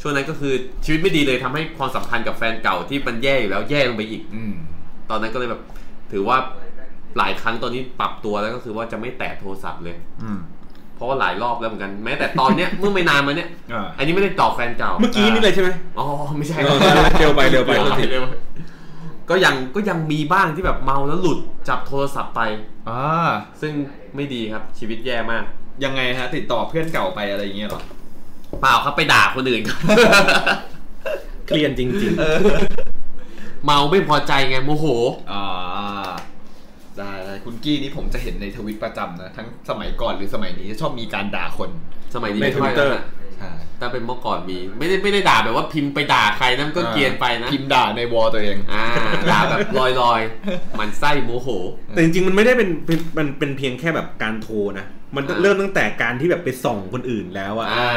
S2: ช่วงนั้นก็คือชีวิตไม่ดีเลยทำให้ความสัมพันธ์กับแฟนเก่าที่มันแย่อยู่แล้วแย่ลงไปอีก
S1: อืม
S2: ตอนนั้นก็เลยแบบ ถือว่าหลายครั้งตอนนี้ปรับตัวแล้วก็คือว่าจะไม่แตะโทรศัพท์เลย
S1: อืม
S2: เพราะว่าหลายรอบแล้วเหมือนกันแม้แต่ตอนเนี้ย เมื่อไม่นานมาเนี้ย
S1: อ่า
S2: อันนี้ไม่ได้ตอบแฟนเก่า
S3: เมื่อกี้นี่เลยใช่ไหม
S2: อ๋อไม่ใช่
S3: เออเร็วไปเร็วไป
S2: เร็ว
S3: โทษที
S2: เร็วไปก็ยังก็ยังมีบ้างที่แบบเมาแล้วหลุดจับโทรศัพท์ไป
S1: อ่า
S2: ซึ่งไม่ดีครับชีวิตแย่มาก
S1: ยังไงฮะ ติดต่อเพื่อนเก่าไปอะไรอย่างเงี้ยเหรอ
S2: เปล่าครับไปด่าคนอื่นครับ
S3: เคลียนจริง ๆ
S2: เมาไม่พอใจไงโมโห
S1: อ่า ได้ได้คุณกี้นี่ผมจะเห็นในทวิตประจำนะ ทั้งสมัยก่อนหรือสมัยนี้ชอบมีการด่าคน
S2: สมัยนี้
S3: ใน
S2: ไม่ค่อย
S3: Twitter
S2: แล้วนะ
S1: ใช่
S2: ถ้าเป็นเมื่อก่อนมีไม่ได้ไม่ได้ด่าแบบว่าพิมพ์ไปด่าใครนั่นก็เกรียนไปนะ
S1: พิมพ์ด่าในวอลตัวเอง
S2: อ่าด่าแบบลอยๆหมันไส้โมโห
S3: แต่จริงๆ มันไม่ได้เป็นเป็นมันเป็นเพียงแค่แบบการโทรนะ มัน
S2: อ่า
S3: เริ่มตั้งแต่การที่แบบไปส่องคนอื่นแล้วอะ
S2: อ่า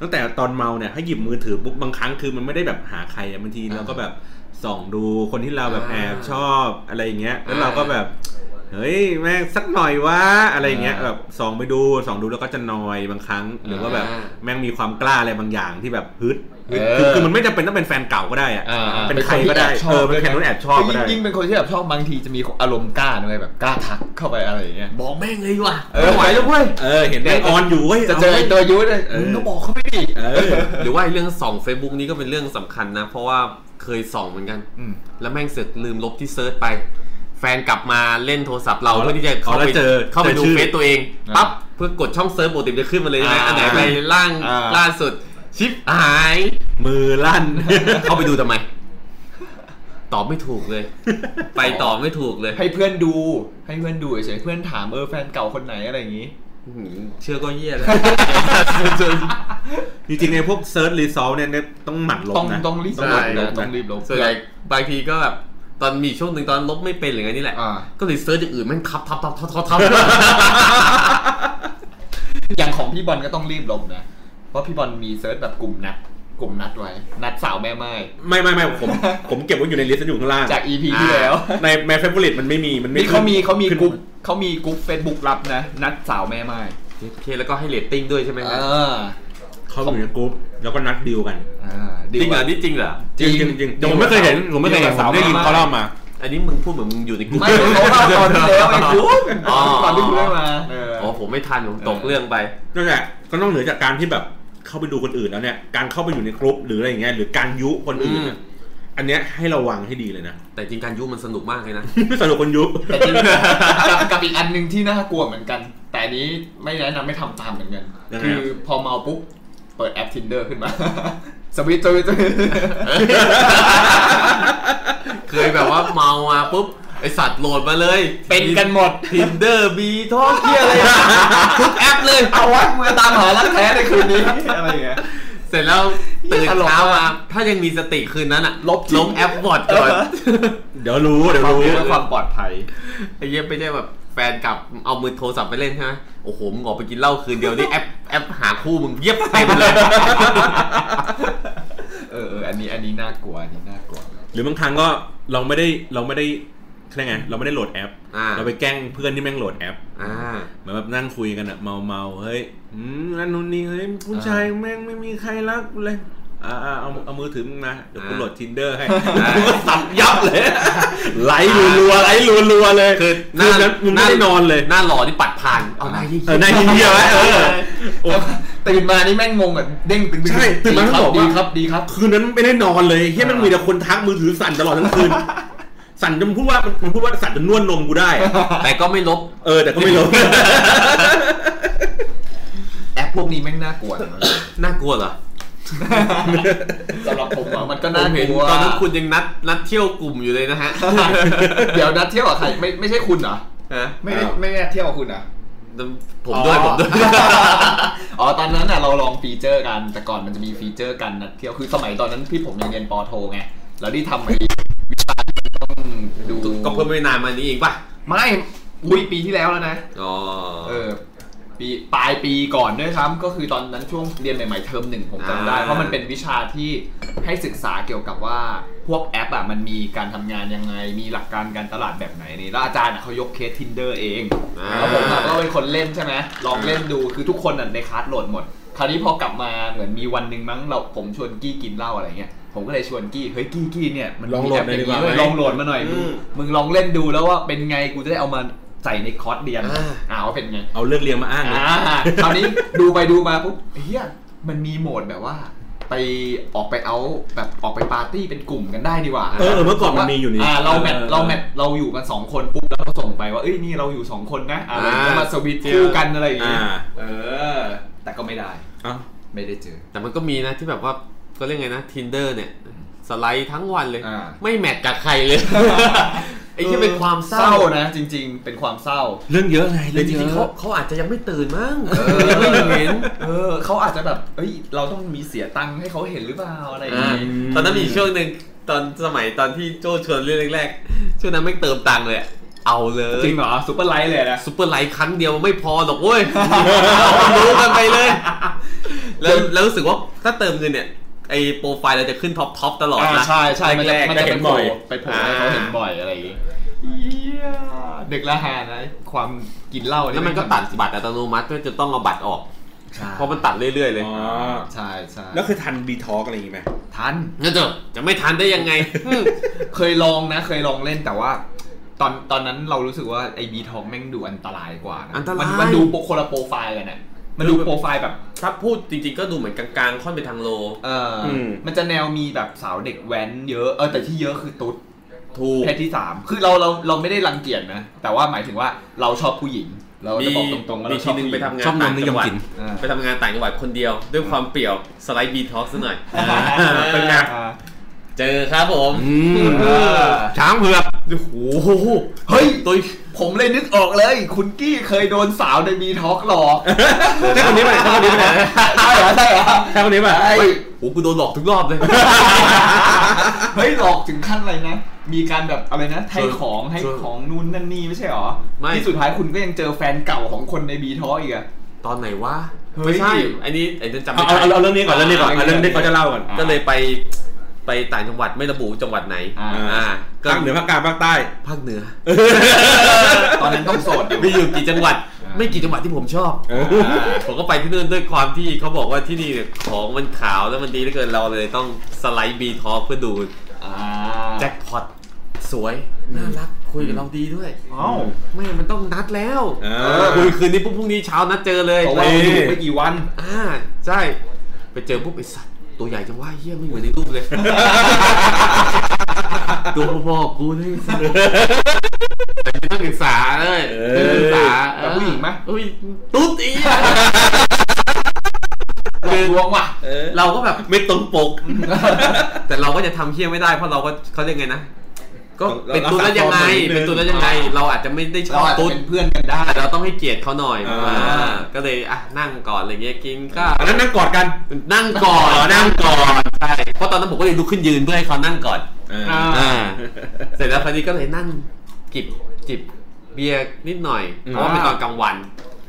S3: ตั้งแต่ตอนเมาเนี่ยถ้าหยิบมือถือปุ๊บบางครั้งคือมันไม่ได้แบบหาใครอะบางทีเราก็แบบส่องดูคนที่เราแบบแอ
S2: อ่า
S3: บชอบอะไรอย่างเงี้ย แล้วเรา
S2: อ่า
S3: ก็แบบ เฮ้ยแม่งสักหน่อยวะอะไรอย่างเงี้ย
S1: อ่า
S3: แบบส่องไปดูส่องดูแล้วก็จะนอยบางครั้ง หรือว่าแบบแม่งมีความกล้าอะไรบางอย่างที่แบบฮึดฮึดคือคือมันไม่จำเป็นต้องเป็นแฟนเก่าก็ได้อะ
S1: อ่าอ่า
S3: เป็นใครก็ได้เออเป็นใครนู้นแอบชอบก็ได้
S1: ยิ่งยิ่งเป็นคนที่แอบชอบบางทีจะมีอารมณ์กล้าด้วยแบบกล้าทักเข้าไปอะไรอย่างเงี้ย
S2: บอกแม่งเลยดีกว่ะ
S1: เออไหวแล้วเว้ย
S3: เออเห็นได้ออนอยู่เว้ย
S1: จะเจอไอ้ตัวยุ้ยเลย
S3: เออ
S1: มึงก็บอกเขาไปดิ
S3: เออ
S2: หรือว่าไอ้เรื่องส่อง Facebook นี้ก็เป็นเรื่องสำคัญนะ เพราะว่าเคยส่องเหมือนกัน
S1: อืม
S2: แล้วแม่งเสึกลืมลบที่เซิร์ชไป แฟนกลับมาเล่นโทรศัพท์เรา
S3: เอาละ
S2: เพื่อที่จะเข้า
S3: เอา
S2: ไป
S3: ละเจอ
S2: เข้าไป
S3: เจอ
S2: ดู
S3: ชื่อ
S2: เฟซตัวเอง
S1: อ่า
S2: ปั๊บเพื่อกดช่องเซิร์ชปกติมันจะขึ้นมาเลยใช่ไหม
S1: อ่า
S2: อันไหนไปล่าง
S1: อ่า
S2: ล่าสุด ชิปหาย
S3: มือลั่น
S2: เข้าไปดูทำไม ตอบไม่ถูกเลย ไปตอบไม่ถูกเลย
S1: ให้เพื่อนดู ให้เพื่อนดูเฉยๆเพื่อนถามเออแฟนเก่าคนไหนอะไรอย่างงี้
S2: อื้อหือเชื่อก็เยี่ยแล้ว
S3: จริงๆในพวกเซิร์ชรีซอลเนี่ยต้องหมั่นลบ
S1: ต้อง
S3: นะ
S1: ต้องรีบ
S3: ห
S1: ล
S3: มั่
S1: บ
S3: นล
S1: นะ
S3: บ
S1: ต้อ
S3: นะ
S1: งรีบลบ
S2: ส่วนใหญ่บางทีก็แบบตอนมีช่วงหนึ่งตอนลบไม่เป็นหรือไงนี่แหละ
S1: อ่า
S2: ก็เลยเซิร์ชอย่างอื่นแม่งทับทับทับทับทับทับ
S1: อย่างของพี่บอลก็ต้องรีบลบนะ เพราะพี่บอลมีเซิร์ชแบบกลุ่มนัด กลุ่มนัดไว้ นัดสาวแม่ไม้
S3: ไม่ไม่ไม่ผมผมเก็บไว้อยู่ในลิสต์อยู่ข้างล่าง
S1: จาก EP ที่แล้ว
S3: ในแม่เฟเวอร์ลิตมันไม่มีมันไม่
S1: นี่เขามีเขามี
S3: ขึ้น
S1: กลุ่มเขามีกลุ่มเฟซบุ๊กลับนะ นัดสาวแม่ไม้
S2: โอเคแล้วก็ให้เรตติ้งด้วยใช่ไหม
S1: เอ
S2: ครับ
S1: อ
S3: เขาอยู่ในกลุ่มแล้วก็นัดดีลกัน
S1: อ่า
S2: จริงเหรอนี่จริงเหรอ
S3: จริงจริงๆผมไม่เคยเห็นผมไม่เคยเห็นผมได้ยินเขาเล่ามา
S2: อันนี้มึงพูดเหมือนมึงอยู่ในกลุ่ม
S1: ไม่เขาเล่าตอนที่แล้วไอ้คุณตอนที่คุณได้มาเออ
S2: อ๋อผมไม่ทันผมตกเรื่องไป
S3: นั่นแหละก็นอกเหนือจากการที่แบบเข้าไปดูคนอื่นแล้วเนี่ย การเข้าไปอยู่ในกลุ่มหรืออะไรอย่างเงี้ยหรือการยุคนอื่นเนี่ยอันเนี้ยให้ระวังให้ดีเลยนะ
S2: แต่จริงการยุมันสนุกมากเลยนะ
S3: สนุกคนยุ
S1: แต่จริงกับกับอีกอันหนึ่งที่น่ากลัวเหมือนกัน แต่อันนี้ไม่แนะนำไม่ทำตามเหมือนกัน
S3: ยังไง
S1: คือ
S3: ครับ
S1: พอเมาปุ๊บ เปิดแอป tinder ขึ้นมา สวิตช์สวิตช์สวิตช์
S2: เคยแบบว่าเมามาปุ๊บ ไอสัตว์โหลดมาเลย
S1: เป็นกันหมด
S2: ทินเดอร์บีทอกเที่ยอะไรอะทุกแอปเลย
S1: เอาวะกูจะตามหารักแท้ในคืนนี้ อะไรอย่างเงี้ย
S2: เสร็จแล้วตื่น
S1: ตลก
S2: เช้าม
S1: าม
S2: าก ถ้ายังมีสติคืนนั้นอะ
S1: ลบทิ้ง
S2: ลบแอปบอดก่อน
S3: เดี๋ยวรู้เดี๋ยวรู้
S1: เพื่อความปลอดภัย
S2: ไอ้เยี่ยไม่ใช่แบบแฟ ฟนกลับเอามือโทรศัพท์ไปเล่นใช่ไหมโอ้โหมึงออกไปกินเหล้าคืนเดียวนี่แอปแอปหาคู่มึงเยียบเต็มเลย
S1: เออเอออันนี้อันนี้น่ากลัวอันนี้น่ากลัว
S3: หรือบางครั้งก็เราไม่ได้เราไม่ได้อะไรยกไงเราไม่ได้โหลดแอป
S2: อ่า
S3: เราไปแกล้งเพื่อนที่แม่งโหลดแอป
S2: อ่า
S3: เหมือนแบบนั่งคุยกันอะเมาเมาๆเฮ้ยอืมนั่นนู่นนี่เฮ้ยผู้ชายแม่งไม่มีใครรักกูเลยอ่าอ่าเอาเอามือถือมึงมาเดี๋ยวกู
S2: อ่า
S3: โหลดทินเดอร์ให้กูก็สับยับเลย ไหลรัวๆไหลรัวๆเลย
S2: คือ
S3: คืนนั้นมึงไม่ได้นอนเลย
S2: หน้าหล่อที่ปัดผ่าน เอาหน้าเยี่ย
S3: เออหนายเฮียไว้เออโอ้
S1: ตื่นมานี่แม่งงงแบบเด้งตึงๆ
S3: ใช่ตื่นมาแล้วบอก
S1: ดี
S3: ว่า
S1: ครับดีครับ
S3: คืนนั้นไม่ได้นอนเลยเฮียแม่งมีแต่คนทักมือถือสั่นตลอดทั้งคืน สั่นจนพูดว่ามันพูดว่าสั่นจนนวดนมกูได้อะ
S2: แต่ก็ไม่ลบ
S3: เออแต่ก็ไม่รู้
S1: แอปพวกนี้แม่งน่ากลัวจังเลย
S2: น่ากลัวเหรอ
S1: สำหรับผมอะมันก็
S2: ผ
S1: น่าม ก
S2: เห็น
S1: ลัว
S2: ตอนนั้นคุณยังนัดนัดเที่ยวกลุ่มอยู่เลยนะฮะ
S1: เดี๋ยวนัดเที่ยวกับใครไม่ไม่ใช่คุณเหรอ
S2: ฮะ
S1: ไม่ได้ไม่ได้เที่ยวกับคุณเหรอ
S2: ผมด้วยผม ด้วย
S1: อ๋อ ตอนนั้นน่ะเราลองฟีเจอร์กัน แต่ก่อนมันจะมีฟีเจอร์กันนะเที่ยว คือสมัยตอนนั้นพี่ผมยังเรียนปอโทไง แล้วที่ทำไอ้วิชาที่มันต้องดู
S2: ก็เพิ่งไม่นานมานี้เองป่ะ
S1: ไม่อุ้ยปีที่แล้วแล้วนะ
S2: อ๋อ
S1: เออ ปีปลายปีก่อนด้วยครับ ก็คือตอนนั้นช่วงเรียนใหม่ ๆ เทอมหนึ่งผมจำได้
S2: อ่า
S1: เพราะมันเป็นวิชาที่ให้ศึกษาเกี่ยวกับว่าพวกแอปอ่ะมันมีการทำงานยังไง มีหลักการการตลาดแบบไหนนี่แล้วอาจารย์อ่ะเขายกเคส tinder เอง แล้วผมอะก็เป็นคนเล่นใช่ไหมลองเล่นดูคือทุกคนอะในคลาสโหลดหมด คราวนี้พอกลับมาเหมือนมีวันหนึ่งมั้งเราผมชวนกี้กินเหล้าอะไรเงี้ยผมก็เลยชวนกี้เฮ้ยกี้กี้เนี่ยมัน
S3: ลองโหลดหน่อยดีกว่า
S1: มีแป
S3: ไหม
S1: ลองโหลดมาหน่อยมึง
S2: อืม
S1: มึงลองเล่นดูแล้วว่าเป็นไงกูจะได้เอามาใส่ในคอร์สเรียน
S2: อ่า
S1: อ่าว่าเป็นไง
S3: เอาเรื่องเรียนมาอ้างนะ
S1: อ่าคราวนี้ดูไปดูมาปุ๊บเฮียมันมีโหมดแบบว่า ไปออกไปเอาแบบออกไปปาร์ตี้เป็นกลุ่มกันได้ดีกว่า
S3: เออเออเมื่อก่อนมันมีอยู่นี่
S1: อ่าเราแมท
S3: เออ
S1: เราแมทเราอยู่กันสองคนปุ๊บแล้วเราส่งไปว่าเอ้ยนี่เราอยู่สองคนนะอ่าเราจะมาสวิตช์คู่กันอะไรอย่าง
S3: อ่า
S1: งี้เออ แต่ก็ไม่ได้
S3: เอ้า
S1: ไม่ได้เจอ
S2: แต่มันก็มีนะที่แบบว่าก็เรียกไงนะ tinder เนี่ย สไลด์ทั้งวันเลย
S1: อ่า
S2: ไม่แมทกับใครเลย ไอ้ที่เป็นความเศร้า
S1: นะ จริง ๆ เป็นความเศร้า
S3: เรื่องเยอะไง
S2: หรื
S3: เรื่
S2: อ
S3: อง
S2: จ
S3: เย
S2: ริงๆเขา
S3: อะ
S2: เขาอาจจะยังไม่ตื่นมั้ง
S1: เออ
S2: ไม่เห็น
S1: เออเขาอาจจะแบบเอ้ยเราต้องมีเสียตังค์ให้เขาเห็นหรือเปล่าอะไรอย่างงี้
S2: ตอนนั้นมีช่วงหนึ่งตอนสมัยตอนที่โจชวนเรื่องแรกๆช่วงนั้นไม่เติมตังค์เลยอะเอาเลย
S1: จริงเหรอซุปเปอร์ไลท์เลยนะ
S2: ซุปเปอร์ไลท์ครั้งเดียวไม่พอหรอกเว้ย เอารู้กันไปเลย แล้วแล้วรู้สึกว่าถ้าเติมเงินเนี่ย ไอโปรไฟล์เราจะขึ้นท็อปท็อปตลอดนะ
S1: ใช่ใช่มันจะมันจะ
S2: แรกๆก็เห็
S1: เป็น น
S2: บ่
S1: บ่
S2: อ
S1: อย ยไปโผล่ให้เขาเห็น
S2: อ่า
S1: บ่อยอะไรอย่างงี้เด็กละหานะความกินเหล้า
S2: แล้วมันก็ตัดบัตรอัตโนมัติด้วยจะต้องเอาบัตรออก
S1: ใช่
S2: เพราะมันตัดเรื่อยๆเลย
S3: อ๋อ
S1: ใช่ใช่
S3: แล้วคือทันบีทอกอะไรอย่างงี้ไหม
S1: ทัน
S2: งั้นเถอะจะไม่ทันได้ยั งไง
S1: เคยลองนะ เคยลองเล่นแต่ว่า ตอนตอนนั้นเรารู้สึกว่าไอ้บีทองแม่งดูอันตรายกว่านะ
S2: อันตราย
S1: มัมันดูโปรคนละโปรไฟล์กันน่ะมันดูโปรไฟล์แบบ
S2: ถ้าพูดจริงๆก็ดูเหมือนกลางๆ ค่อนไปทางโล
S1: เอออ
S3: ม
S1: มันจะแนวมีแบบสาวเด็กแว้นเยอะเออแต่ที่เยอะคือตุ๊ด
S2: ถูก
S1: เพศที่สามคือเราเราเราไม่ได้รังเกียจนะ แต่ว่าหมายถึงว่าเราชอบผู้หญิง เราจะบอกตรงๆว่า
S2: มี
S1: เราช
S2: ที
S1: อบ
S2: นึง
S1: ผู้ห
S2: ไป
S1: ญิง
S2: ทำงาน
S3: ชอบนม
S2: ต่าง
S3: นิย
S2: จั
S3: ม
S2: งหวัด
S3: กิน
S1: อ่า
S2: ไปทำงานต่างจังหวัดคนเดียว ด้วยความเปรี่ยวสไลด์บีท็อกซ์หน่อย
S3: เป็นไง
S1: อ่า
S2: เจอครับผม
S1: เออ
S3: ช้างเผือก
S2: โอ้โห
S1: เฮ้ยตัวผมเลยนึกออกเลย คุณกี้เคยโดนสาวในมีท็อกหลอก
S3: ใช่คนนี้ไหมใช่คนนี้ไหม
S1: ใช่เหรอใช่เหรอ
S3: ใช่คนนี้ไหม
S1: ใช่
S2: โอ้โหกูโดนหลอกทุกรอบเลย
S1: เฮ้ยหลอกถึงขั้นอะไรนะ มีการแบบอะไรนะให้ของให้
S2: ส่วน
S1: ของนู่นนั่นนี่ไม่ใช่เหรอ
S2: ไม่
S1: ที่สุดท้ายคุณก็ยังเจอแฟนเก่าของคนในบีท็อกอีกอะ
S2: ตอนไหนวะ
S1: เฮ้ย
S2: ไม่ใช่ อันนี้ไอ้นั่นจำ
S3: เอา
S2: ไม่
S3: เอา
S2: ได้
S3: เอาเอาเรื่องนี้ก่อนเรื่องนี้ก่อนเอาเรื่องที่เขาจะเล่าก่อน
S2: ก็เลยไปไปต่างจังหวัดไม่ระบุจังหวัดไหน
S1: อ่า
S2: อ่าก็
S3: ภาคเหนือภาคกลางภาคใต้
S2: ภาคเหนือ
S1: ตอนนั้นต้องโสดอยู่
S2: มีอยู่กี่จังหวัด
S1: อ่า
S2: ไม่กี่จังหวัดที่ผมชอบ
S3: เออ
S2: ผมก็ไปที่นู่นด้วยความที่เขาบอกว่าที่นี่เนี่ยของมันขาวแล้วมันดีเหลือเกินเราเลยต้องสไลด์บีทอเพื่อดู
S1: อ่า
S2: แจ็คพอตสวย น่ารัก คุยกับเราดีด้วย
S1: อ้าว
S2: ไม่มันต้องนัดแล้ว
S3: เออ
S2: เคุยคืนนี้ปุ๊บพรุ่งนี้เช้านัดเจอเลย
S1: เพราะว่า
S2: เลย
S1: อยู่ไม่กี่วัน
S2: อ่าใช่ ไปเจอปุ๊บไอสัตว์ตัวใหญ่จังว่าเฮี้ยไม่เหมือนในรูป เลย ตัวพ่อๆกูเลยไอ้สัตว์แต่ไม่ต้องศึกษาเลยไม่ต้องศึกษา
S1: เออกับผู้หญิงไหม
S2: เอ้ยตุ๊ดอีก
S1: หลอกลวงว่ะ
S3: เออ
S2: เราก็แบบไม่ตรงปก แต่เราก็จะทำเฮี้ยไม่ได้เพราะเราก็เขาเรียกไงนะ ก็
S3: เรา
S2: เป็นตุ๊ดแล้วยังไง
S3: เราสะสมนิดนึง
S2: เป็นตุ๊ดแล้วยังไง เราอาจจะไม่ได้ช
S1: เรา
S2: อบ
S1: อาจจะ
S2: ตุ๊ด
S1: เป็นเพื่อนกันได้
S2: แต่เราต้องให้เกียรติเขาหน่อย
S3: อ่า
S2: อ่าก็เลยอ่ะนั่งก่อนอะไรเงี้ยกินก็
S3: อันนั้นนั่งกอดกัน
S2: นั่งก่อน
S3: อ๋อนั่งก่อน
S2: ใช่เพราะตอนนั้นผมก็เลยลุกขึ้นยืนเพื่อให้เขานั่งก่อน
S3: เออ
S1: อ่า
S2: อ่าเสร็จแล้วคราวนี้ก็เลยนั่งจิบจิบ เบียร์นิดหน่อย
S3: อืม
S2: เพราะว่าเป็นตอนกลางวัน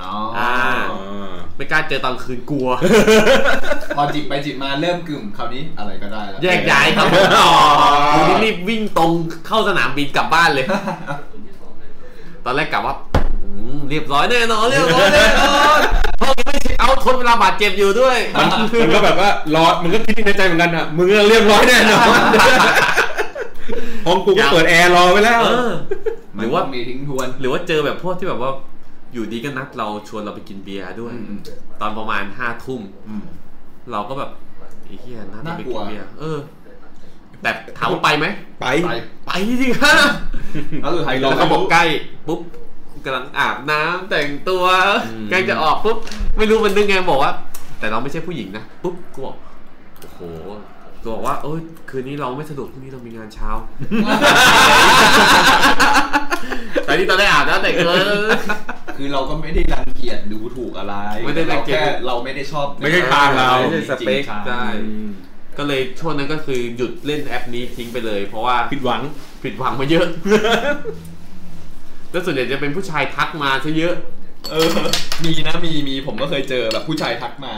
S1: อ๋อ
S2: อ่า
S3: อ่า
S2: ไม่กล้าเจอตอนคืนกลัว
S1: พอจิบไปจิบมาเริ่มกลุ่มคราวนี้อะไรก็ได้แล้ว
S2: แยกย้ายครับ
S3: อ๋อ
S2: คุณนี่รีบวิ่งตรงเข้าสนามบินกลับบ้าน เลย ตอนแรกกลับว่าอืมเรียบร้อยแน่นอนเรียบร้อยแน่นอนเพราะไม่เอาทนเวลาบาดเจ็บอยู่ด้วย
S3: มันมันก็แบบว่ารอมึงก็คิดในใจเหมือนกันอ่ะมึงอะเรียบร้อยแน่น อนห้องกูก็เปิดแอร์รอไว้แล้ว
S2: เออห
S1: ห
S2: รื
S1: รือ อ
S2: ว่า
S1: ว่ามีทิ้งทวน
S2: หรือว่าเจอแบบพวกที่แบบว่าอยู่ดีก็นัดเราชวนเราไปกินเบียร์ด้วย
S1: อืม
S2: ตอนประมาณห้าทุ่ม
S1: อืม
S2: เราก็แบบไอ้เหี้ยน่าจะไป
S1: น่ากลั
S2: กิ
S1: ว
S2: นเบียร์เออ แต่ถามว่าไปไหม
S3: ไป
S1: ไป
S2: ไปสิครับ
S1: แล้วสุดท้าย
S3: ไปลอง
S2: แล้วก็บอกใกล้ปุ๊บกำลังอาบน้ำแต่งตัว
S3: อืม
S2: ใกล้จะออกปุ๊บไม่รู้มันนึกไงบอกว่า แต่เราไม่ใช่ผู้หญิงนะปุ๊บกูบอกโอ้โหกูบอกว่าเอ้ยคืนนี้เราไม่สะดวกพรุ่งนี้เรามีงานเช้า แต่นี่ตอนแรกอาบน้ำแต่งตัว
S1: คือเราก็ไม่ได้รังเกียจดูถูกอะไร
S2: ไม่ได้รังเกียจ
S1: าแค่เราไม่ได้ชอบ
S3: ไม่ใช่ทางเรา
S2: ไม่ใช่สเปค
S1: จริงๆ
S2: ใช่ก็เลยช่วงนั้นก็คือหยุดเล่นแอปนี้ทิ้งไปเลย เพราะว่า
S3: ผิดหวัง
S2: ผิดหวังมาเยอะ แล้วส่วนใหญ่จะเป็นผู้ชายทักมาซะเยอะ
S1: เออ มีนะมีมีผมก็เคยเจอแบบผู้ชายทักมา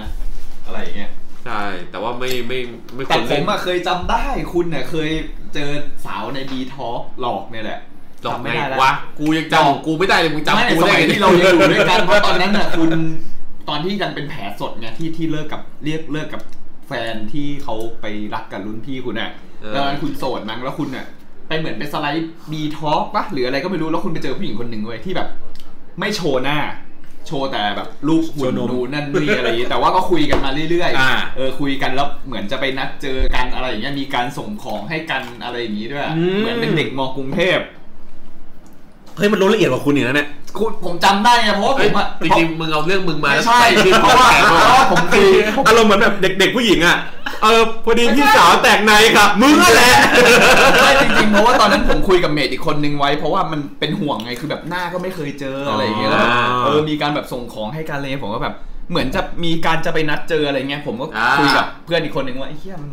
S1: อะไรอย่างเงี้ย
S2: ใช่ แต่ว่าไม่ไม่ไม่ค
S1: แต่
S2: ว
S1: ผ
S2: รเล่
S1: ม
S2: น
S1: อะเคยจำได้คุณเนี่ยเคยเจอสาวในดีท็อกหลอกเนี่ยแหละ
S2: หลอก
S1: จำ
S2: ไง
S1: ไม่ได้แล้ว
S2: วะ กูยังจำของกูไม่ได้เลยมึงจำ
S1: ไม่
S2: กู
S1: ส
S2: ได้
S1: มัย
S2: ไง
S1: ที่เรายังอยู่ด้วยกันเพราะตอนนั้นน่ะคุณตอนที่ยังเป็นแผลสดเนี่ยที่ที่เลิกกับเรียกเลิกกับแฟนที่เขาไปรักกับรุ่นพี่คุณอ่ะตอนนั้นคุณโสดมั้งแล้วคุณอ่ะไปเหมือนไปสไลด์ดีท็อกปะหรืออะไรก็ไม่รู้แล้วคุณไปเจอผู้หญิงคนหนึ่งเว้ยที่แบบ ไม่โชว์หน้า โชว์แต่แบบรูปหุ่น
S3: โชว์นม
S1: นูนนั่นนี่อะไรอย่างงี้แต่ว่าก็คุยกันมาเรื่อย
S3: อ่า
S1: ๆ เออคุยกันแล้วเหมือนจะไปนัดเจอกันอะไรอย่างเงี้ยมีการส่งของให้กันอะไรอย่างงี้ด้วย
S3: อืม
S1: เหมือนเป็นเด็กมกรุงเทพ
S3: เฮ้ยมันรู้ละเอียดกว่าคุณอีกนะเนี่ย
S1: คุณผมจำได้ไงเพราะว่าผ
S2: เอ้ย
S1: มอะ
S2: จริงๆมึงเอาเรื่องมึงมา
S1: ไม่
S2: แล้ว
S1: ใช่
S2: ชื่อ
S1: เพราะว่าเพราะว่าผม คือ
S3: อารมณ์เหมือนแบบเด็กๆผู้หญิงอ่ะ เออพอดีพี่สาวแตกในครับ มึงนั่นแหละ
S1: ไม่จริงๆเพราะว่าตอนนั้นผมคุยกับเมดอีกคนนึงไว้ เพราะว่ามันเป็นห่วงไงคือแบบหน้าก็ไม่เคยเจออะไรอย่างเงี้ยแล้วแบบ
S3: อ่า
S1: เออมีการแบบส่งของให้กันอะไรเงี้ยผมก็แบบเหมือนจะมีการจะไปนัดเจออะไรเงี้ยผมก็คุยกับเพื่อนอีกคนนึงว่าไอ้เหี้ยมัน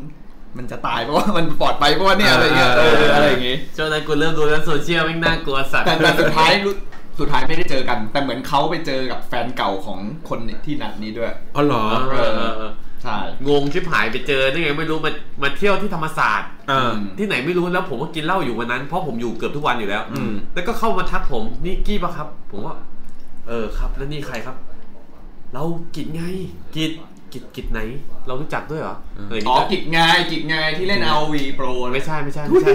S1: มันจะตายเพราะว่ามันปลอดไปเพราะว่าเนี่ยอะไรเงี้ยเอออะไรอย่างงี้
S2: ช่วงนั้นกูเริ่มดูแล้วโซเชียลไม่งน่ากลัวสัตว์
S1: แต่แต่สุดท้ายรู้สุดท้ายไม่ได้เจอกัน แต่เหมือนเขาไปเจอกับแฟนเก่าของคนที่นัดนี้ด้วย
S3: อ๋อเหรอ
S2: เออเออเออ
S1: ใช่
S2: งงชิบหายไปเจอได้ไงไม่รู้มามาเที่ยวที่ธรรมศาสตร์
S3: อ่า
S2: ที่ไหนไม่รู้แล้วผมก็กินเหล้าอยู่วันนั้น เพราะผมอยู่เกือบทุกวันอยู่แล้ว
S3: อืม
S2: แล้วก็เข้ามาทักผมนี่กี้ปะครับ ผมว่า เออครับ แล้วนี่ใครครับ เรากิจไงกิจกิจกิจไหน เรารู้จักด้วยเหรออะไรอย่าง
S1: อ๋อ
S2: งี้ก็
S1: กิจงายกิจงายที่เล่น ROV Pro
S2: ไม่ใช่ไม่ใช่ไม่ใช่